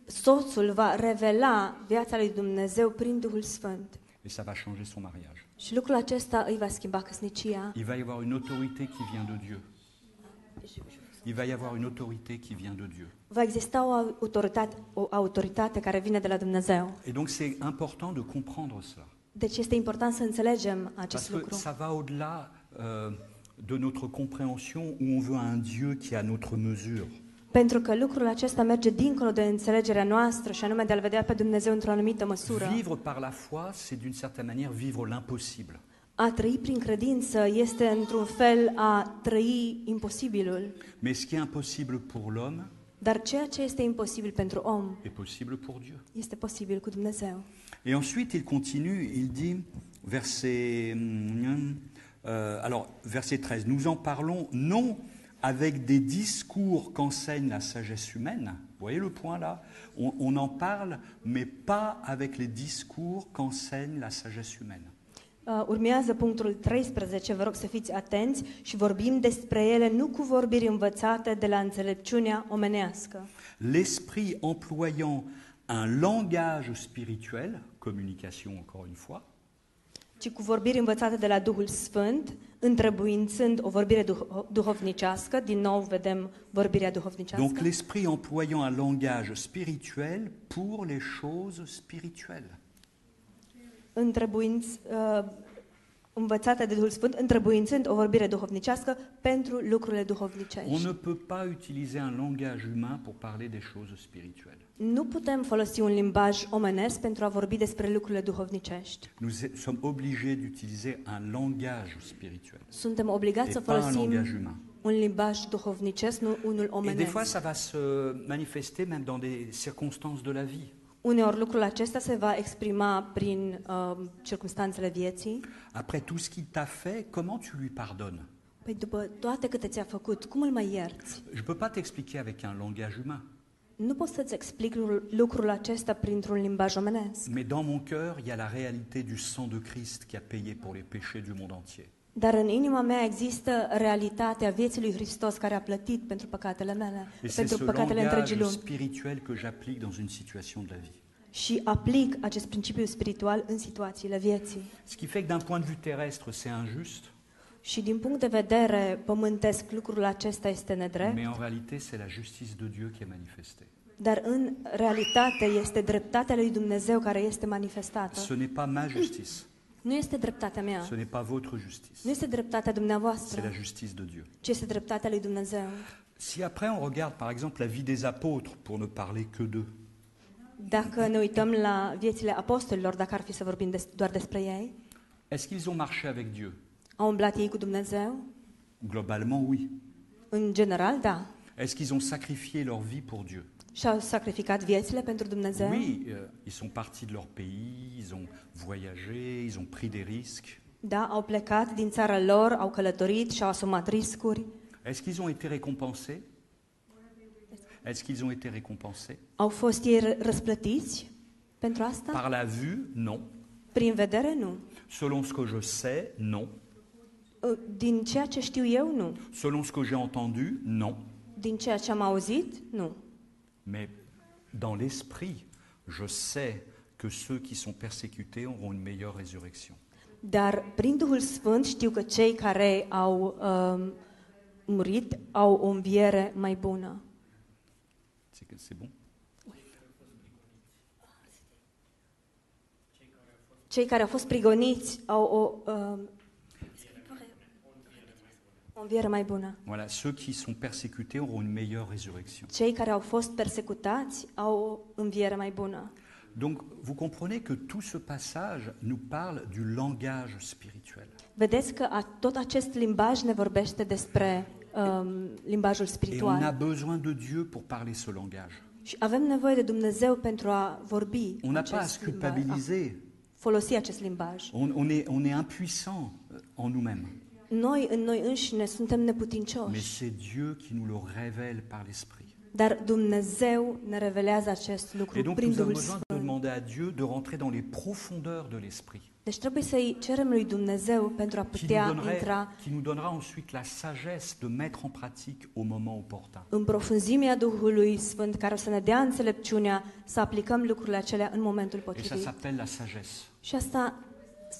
Speaker 2: Soțul va revela viața lui Dumnezeu prin Duhul Sfânt.
Speaker 1: Et ça va changer son mariage.
Speaker 2: Și lucrul acesta îi va schimba căsnicia.
Speaker 1: Il va y avoir une autorité qui vient de Dieu. Il va y avoir une autorité qui vient de Dieu.
Speaker 2: Va exista o autoritate, o autoritate care vine de la Dumnezeu.
Speaker 1: Et donc c'est important de comprendre cela.
Speaker 2: Deci este important să înțelegem
Speaker 1: Parce
Speaker 2: acest
Speaker 1: que
Speaker 2: lucru.
Speaker 1: ça va au-delà euh, de notre compréhension où on veut un Dieu qui est à notre mesure.
Speaker 2: Pentru că lucrul acesta merge dincolo de înțelegerea noastră și anume de a-L vedea pe Dumnezeu într-o anumită măsură.
Speaker 1: Vivre par la foi, c'est d'une certaine manière vivre l'impossible.
Speaker 2: A trăi prin credință este într-un fel a trăi imposibilul.
Speaker 1: Mais ce qui est impossible pour l'homme
Speaker 2: Dar ceea ce este imposibil pentru om
Speaker 1: est possible pour Dieu.
Speaker 2: este posibil cu Dumnezeu.
Speaker 1: Et ensuite, il continue, il dit, verset, hum, euh, alors, verset 13, nous en parlons non avec des discours qu'enseigne la sagesse humaine, vous voyez le point là on, on en parle, mais pas avec les discours qu'enseigne la sagesse humaine.
Speaker 2: Uh, Urmează punctul 13, vă rog să fiți atenți și vorbim despre ele nu cu vorbiri învățate de la înțelepciunea omenească.
Speaker 1: L'esprit employant un langage spirituel, communication encore une fois,
Speaker 2: ci cu vorbiri învățate de la Duhul Sfânt, întrebuințând o vorbire duh- duhovnicească, din nou vedem vorbirea duhovnicească,
Speaker 1: donc l'esprit employant un langage spirituel pour les choses spirituelles.
Speaker 2: întrebuinț, uh, învățate de Duhul Sfânt, întrebuințând o vorbire duhovnicească pentru lucrurile
Speaker 1: On
Speaker 2: duhovnicești.
Speaker 1: ne peut pas utiliser un langage humain pour parler des choses spirituelles.
Speaker 2: Nu putem folosi un limbaj omenesc pentru a vorbi despre lucrurile duhovnicești.
Speaker 1: Nous e- sommes obligés d'utiliser un langage spirituel.
Speaker 2: Suntem obligați
Speaker 1: Et
Speaker 2: să
Speaker 1: pas un
Speaker 2: folosim
Speaker 1: langaj humain.
Speaker 2: un limbaj duhovnicesc, nu unul
Speaker 1: Et des
Speaker 2: omenesc.
Speaker 1: fois, ça va se manifester même dans des circonstances de la vie.
Speaker 2: Uneori lucrul acesta se va exprima prin uh, circumstanțele vieții,
Speaker 1: Après tout ce qu'il t'a fait, comment tu lui pardonnes
Speaker 2: Păi după toate câte ți-a făcut, cum îl mai ierți?
Speaker 1: Je ne peux pas t'expliquer avec un langage humain,
Speaker 2: Nu pot să-ți explic lu- lucrul acesta printr-un limbaj omenesc,
Speaker 1: mais dans mon cœur, il y a la réalité du sang de Christ qui a payé pour les péchés du monde entier.
Speaker 2: dar în inima mea există realitatea vieții lui Hristos care a plătit pentru păcatele mele,
Speaker 1: Et c'est
Speaker 2: pentru
Speaker 1: ce
Speaker 2: păcatele întregii
Speaker 1: langage
Speaker 2: lumi
Speaker 1: spirituel que j'applique dans une situation de la vie.
Speaker 2: și aplic acest principiu spiritual în situațiile vieții.
Speaker 1: Ce qui fait que d'un point de vue terrestre, c'est injuste,
Speaker 2: Și din punct de vedere pământesc, lucrul acesta este nedrept,
Speaker 1: Mais en réalité, c'est la justice de Dieu qui est manifestée.
Speaker 2: dar în realitate este dreptatea lui Dumnezeu care este manifestată.
Speaker 1: Ce n'est pas ma justice,
Speaker 2: Nu este dreptatea mea,
Speaker 1: ce n'est pas votre justice,
Speaker 2: nu este dreptatea
Speaker 1: c'est la
Speaker 2: dumneavoastră,
Speaker 1: justice de Dieu.
Speaker 2: ci este dreptatea lui Dumnezeu.
Speaker 1: Si après on regarde par exemple la vie des apôtres, pour ne parler que d'eux,
Speaker 2: Dacă ne uităm la viețile apostolilor, dacă ar fi să vorbim des- doar despre ei,
Speaker 1: est-ce qu'ils ont marché avec Dieu
Speaker 2: au umblat ei cu Dumnezeu?
Speaker 1: Globalement, oui.
Speaker 2: În general, da.
Speaker 1: Est-ce qu'ils ont sacrifié leur vie pour Dieu
Speaker 2: Și-au sacrificat viețile pentru Dumnezeu?
Speaker 1: Oui, euh, ils sont partis de leur pays, ils ont voyagé, ils ont pris des risques.
Speaker 2: Da, au plecat din țara lor, au călătorit și-au asumat riscuri.
Speaker 1: Est-ce qu'ils ont été récompensés Est-ce qu'ils ont été récompensés
Speaker 2: Au fost ei ră- răsplătiți pentru asta?
Speaker 1: Par la vue Non.
Speaker 2: Prin vedere, nu.
Speaker 1: Selon ce que je sais, non.
Speaker 2: Ă, Din ceea ce știu eu, nu.
Speaker 1: Selon ce que j'ai entendu, non.
Speaker 2: Din ceea ce am auzit, nu.
Speaker 1: Mais dans l'esprit, je sais que ceux qui sont persécutés auront une meilleure résurrection.
Speaker 2: Dar prin Duhul Sfânt știu că cei care au um, murit au o înviere mai bună.
Speaker 1: C'est que- C'est bon
Speaker 2: cei care au fost prigoniți au o... Uh, ă, o înviere mai bună.
Speaker 1: Voilà, ceux qui sont persécutés auront une meilleure résurrection.
Speaker 2: Cei care au fost persecutați au o înviere mai bună.
Speaker 1: Donc, vous comprenez que tout ce passage nous parle du langage spirituel.
Speaker 2: Vedeți că a, tot acest limbaj ne vorbește despre um, limbajul
Speaker 1: Et on a
Speaker 2: spiritual.
Speaker 1: besoin de Dieu pour parler ce langage.
Speaker 2: Și avem nevoie de Dumnezeu pentru a vorbi
Speaker 1: On n'a
Speaker 2: acest
Speaker 1: pas à se
Speaker 2: limbaj,
Speaker 1: culpabiliser.
Speaker 2: a folosi acest limbaj.
Speaker 1: On, on est, on est impuissant euh, en nous-mêmes.
Speaker 2: Noi în noi înșine suntem
Speaker 1: Mais
Speaker 2: neputincioși,
Speaker 1: c'est Dieu qui nous le révèle par l'Esprit.
Speaker 2: dar Dumnezeu ne revelează acest
Speaker 1: Et
Speaker 2: lucru
Speaker 1: donc,
Speaker 2: prin
Speaker 1: nous avons
Speaker 2: Duhul
Speaker 1: besoin de
Speaker 2: Sfânt.
Speaker 1: demander à Dieu de rentrer dans les profondeurs de l'Esprit,
Speaker 2: Deci trebuie să-i cerem lui Dumnezeu pentru a
Speaker 1: qui, nous
Speaker 2: putea
Speaker 1: donnerait-
Speaker 2: intra
Speaker 1: qui nous donnera ensuite la sagesse de mettre en pratique au moment opportun.
Speaker 2: în profunzimea Duhului Sfânt care o să ne dea înțelepciunea să aplicăm lucrurile acelea în momentul
Speaker 1: Et ça
Speaker 2: potrivit.
Speaker 1: s'appelle la sagesse.
Speaker 2: Și asta,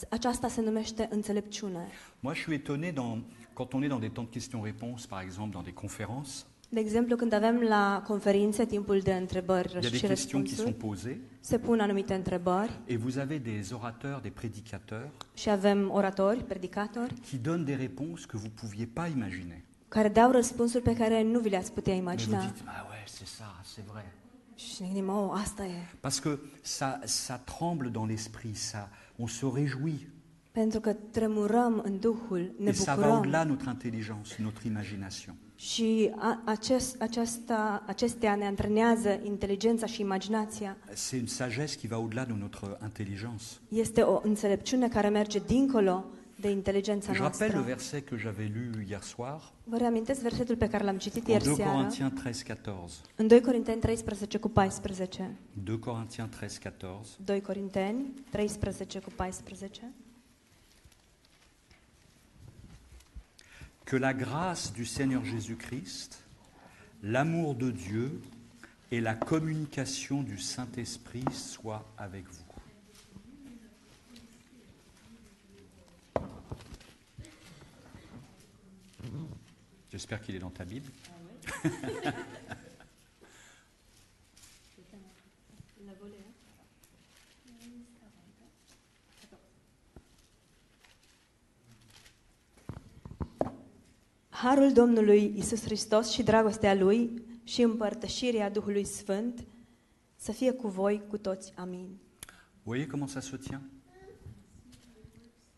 Speaker 2: aceasta se numește înțelepciune.
Speaker 1: Moi, je suis étonné dans- quand on est dans des temps de questions-réponses, par exemple, dans des conférences,
Speaker 2: De exemplu, când avem la conferințe timpul de
Speaker 1: il y a
Speaker 2: întrebări
Speaker 1: des
Speaker 2: și
Speaker 1: questions qui sont
Speaker 2: răspunsuri,
Speaker 1: posées,
Speaker 2: se pun anumite întrebări
Speaker 1: et vous avez des orateurs, des prédicateurs
Speaker 2: și avem oratori, predicatori,
Speaker 1: qui donnent des réponses que vous ne pouviez pas imaginer.
Speaker 2: care dau răspunsuri pe care nu vi le-ați putea
Speaker 1: Mais vous
Speaker 2: imagina.
Speaker 1: dites, ah ouais, c'est ça, c'est vrai.
Speaker 2: Și ne gândim, oh, asta e.
Speaker 1: Parce que ça, ça tremble dans l'esprit, ça, on se réjouit.
Speaker 2: Pentru că tremurăm în Duhul, ne
Speaker 1: Et ça va
Speaker 2: bucurăm
Speaker 1: au-delà de notre intelligence, notre imagination.
Speaker 2: și a, acest, aceasta, acestea ne antrenează inteligența și imaginația.
Speaker 1: C'est une sagesse qui va au-delà de notre intelligence.
Speaker 2: Este o înțelepciune care merge dincolo de inteligența
Speaker 1: Je rappelle le
Speaker 2: noastră.
Speaker 1: verset que j'avais lu hier soir,
Speaker 2: Vă reamintesc versetul pe care l-am citit
Speaker 1: en
Speaker 2: ieri
Speaker 1: 2
Speaker 2: seară,
Speaker 1: Corinthiens 13, 14.
Speaker 2: în 2 Corinteni 13 cu 14.
Speaker 1: 2 Corinthiens 13, 14.
Speaker 2: 2 Corinteni 13 cu 14.
Speaker 1: Que la grâce du Seigneur Jésus-Christ, l'amour de Dieu et la communication du Saint-Esprit soient avec vous. J'espère qu'il est dans ta Bible.
Speaker 2: Harul Domnului Isus Hristos și dragostea Lui și împărtășirea Duhului Sfânt să fie cu voi cu toți. Amin.
Speaker 1: Vous voyez comment ça se tient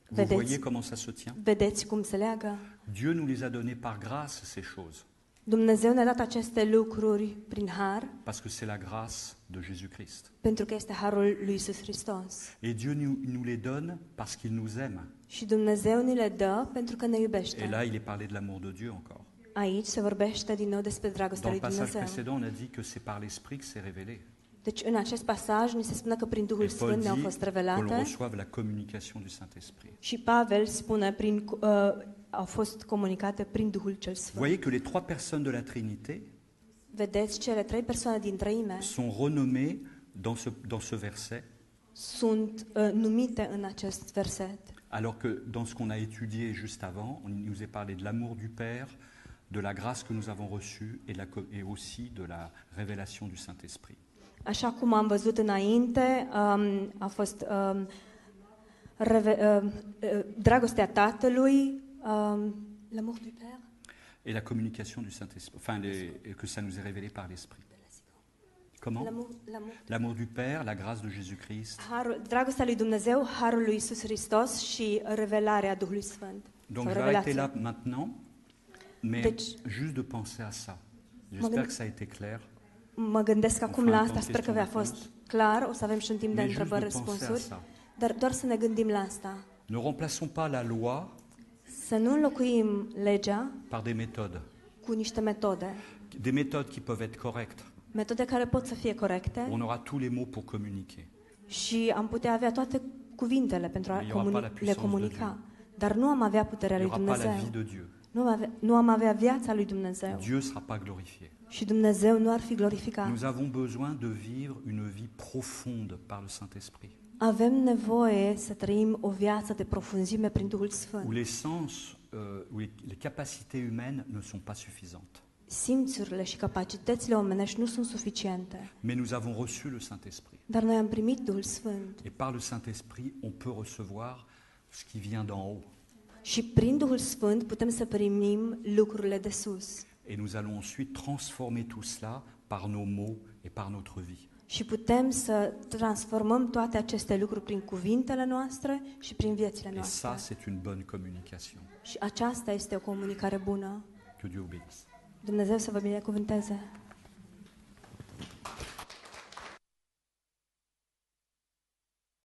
Speaker 1: Vous
Speaker 2: Vedeți.
Speaker 1: voyez comment ça se tient
Speaker 2: Vedeți cum se leagă?
Speaker 1: Dieu nous les a donnés par grâce, ces choses,
Speaker 2: Dumnezeu ne-a dat aceste lucruri prin har,
Speaker 1: parce que c'est la grâce de Jésus-Christ.
Speaker 2: pentru că este harul lui Isus Hristos.
Speaker 1: Et Dieu nous, nous les donne parce qu'il nous aime.
Speaker 2: Și Dumnezeu ni le dă pentru că ne
Speaker 1: Et
Speaker 2: iubește.
Speaker 1: là, il est parlé de l'amour de Dieu encore.
Speaker 2: Aici se vorbește din nou despre dragostea
Speaker 1: Dans le
Speaker 2: lui
Speaker 1: passage
Speaker 2: Dumnezeu.
Speaker 1: précédent, on a dit que c'est par l'Esprit que c'est révélé.
Speaker 2: Deci în acest pasaj ni se spune că prin Duhul
Speaker 1: Et Paul
Speaker 2: Sfânt
Speaker 1: dit
Speaker 2: ne-au fost
Speaker 1: que l'on
Speaker 2: revelate
Speaker 1: reçoive la communication du Saint-Esprit.
Speaker 2: și Pavel spune prin uh, au fost comunicate prin Duhul cel
Speaker 1: Vous
Speaker 2: Sfânt.
Speaker 1: voyez que les trois personnes de la Trinité
Speaker 2: Vedeți, cele trei persoane din trăime
Speaker 1: sont renommées dans ce, dans ce verset,
Speaker 2: sunt uh, numite în acest verset.
Speaker 1: alors que dans ce qu'on a étudié juste avant, on il nous est parlé de l'amour du Père, de la grâce que nous avons reçue et, de la co- et aussi de la révélation du Saint-Esprit.
Speaker 2: Așa cum am văzut înainte, um, a fost um, reve- um, uh, dragostea tatălui, um, l'amour du père,
Speaker 1: Et la communication du Saint-Esprit, enfin, les- et que ça nous est révélé par l'Esprit. Comment
Speaker 2: l'amour, l'amour.
Speaker 1: L'amour du Père, la grâce de Jésus-Christ.
Speaker 2: Harul, dragostea lui Dumnezeu, harul lui Isus Hristos și revelarea Duhului Sfânt.
Speaker 1: Donc
Speaker 2: Sau
Speaker 1: je vais
Speaker 2: revelație.
Speaker 1: arrêter là maintenant, mais
Speaker 2: Deci-
Speaker 1: juste de penser à ça.
Speaker 2: Madame-
Speaker 1: J'espère que ça a été clair.
Speaker 2: Mă gândesc acum
Speaker 1: Enfin,
Speaker 2: la
Speaker 1: un
Speaker 2: asta,
Speaker 1: timp
Speaker 2: sper că vi-a fost
Speaker 1: question-réponse.
Speaker 2: clar, o să avem și un timp de
Speaker 1: Mais juste de penser à
Speaker 2: întrebări-răspunsuri,
Speaker 1: ça.
Speaker 2: dar doar să ne gândim la asta.
Speaker 1: Ne remplaçons pas la loi
Speaker 2: Să nu înlocuim legea
Speaker 1: par des méthodes.
Speaker 2: cu niște metode,
Speaker 1: Des méthodes qui peuvent être correctes.
Speaker 2: metode care pot să fie
Speaker 1: On
Speaker 2: corecte
Speaker 1: aura tous les mots pour communiquer.
Speaker 2: și am putea avea toate cuvintele pentru a
Speaker 1: Il y aura pas la
Speaker 2: comuni- le
Speaker 1: puissance de
Speaker 2: comunica, dar nu am avea puterea
Speaker 1: Il n'y
Speaker 2: lui
Speaker 1: aura pas la vie
Speaker 2: Dumnezeu,
Speaker 1: de Dieu.
Speaker 2: nu am avea, nu am avea viața lui Dumnezeu
Speaker 1: Dieu ne sera pas glorifié.
Speaker 2: și Dumnezeu nu ar fi glorificat.
Speaker 1: Nous avons besoin de vivre une vie profonde par le Saint-Esprit,
Speaker 2: Avem nevoie să trăim o viață de profunzime prin Duhul
Speaker 1: où
Speaker 2: Sfânt.
Speaker 1: les sens, euh, où les- les capacités humaines ne sont pas suffisantes.
Speaker 2: Simțurile și capacitățile omenești nu sunt suficiente,
Speaker 1: Mais nous avons reçu le Saint-Esprit.
Speaker 2: dar noi am primit Duhul Sfânt
Speaker 1: Et par le Saint-Esprit, on peut recevoir ce qui vient d'en haut.
Speaker 2: Și prin Duhul Sfânt putem să primim lucrurile de sus.
Speaker 1: Et nous allons ensuite transformer tout cela par nos mots et par notre vie.
Speaker 2: Și putem să transformăm toate aceste lucruri prin cuvintele noastre și prin viețile
Speaker 1: Et
Speaker 2: noastre.
Speaker 1: ça, c'est une bonne communication.
Speaker 2: Și aceasta este o comunicare bună.
Speaker 1: Que Dieu obéisse.
Speaker 2: Dumnezeu să vă binecuvânteze.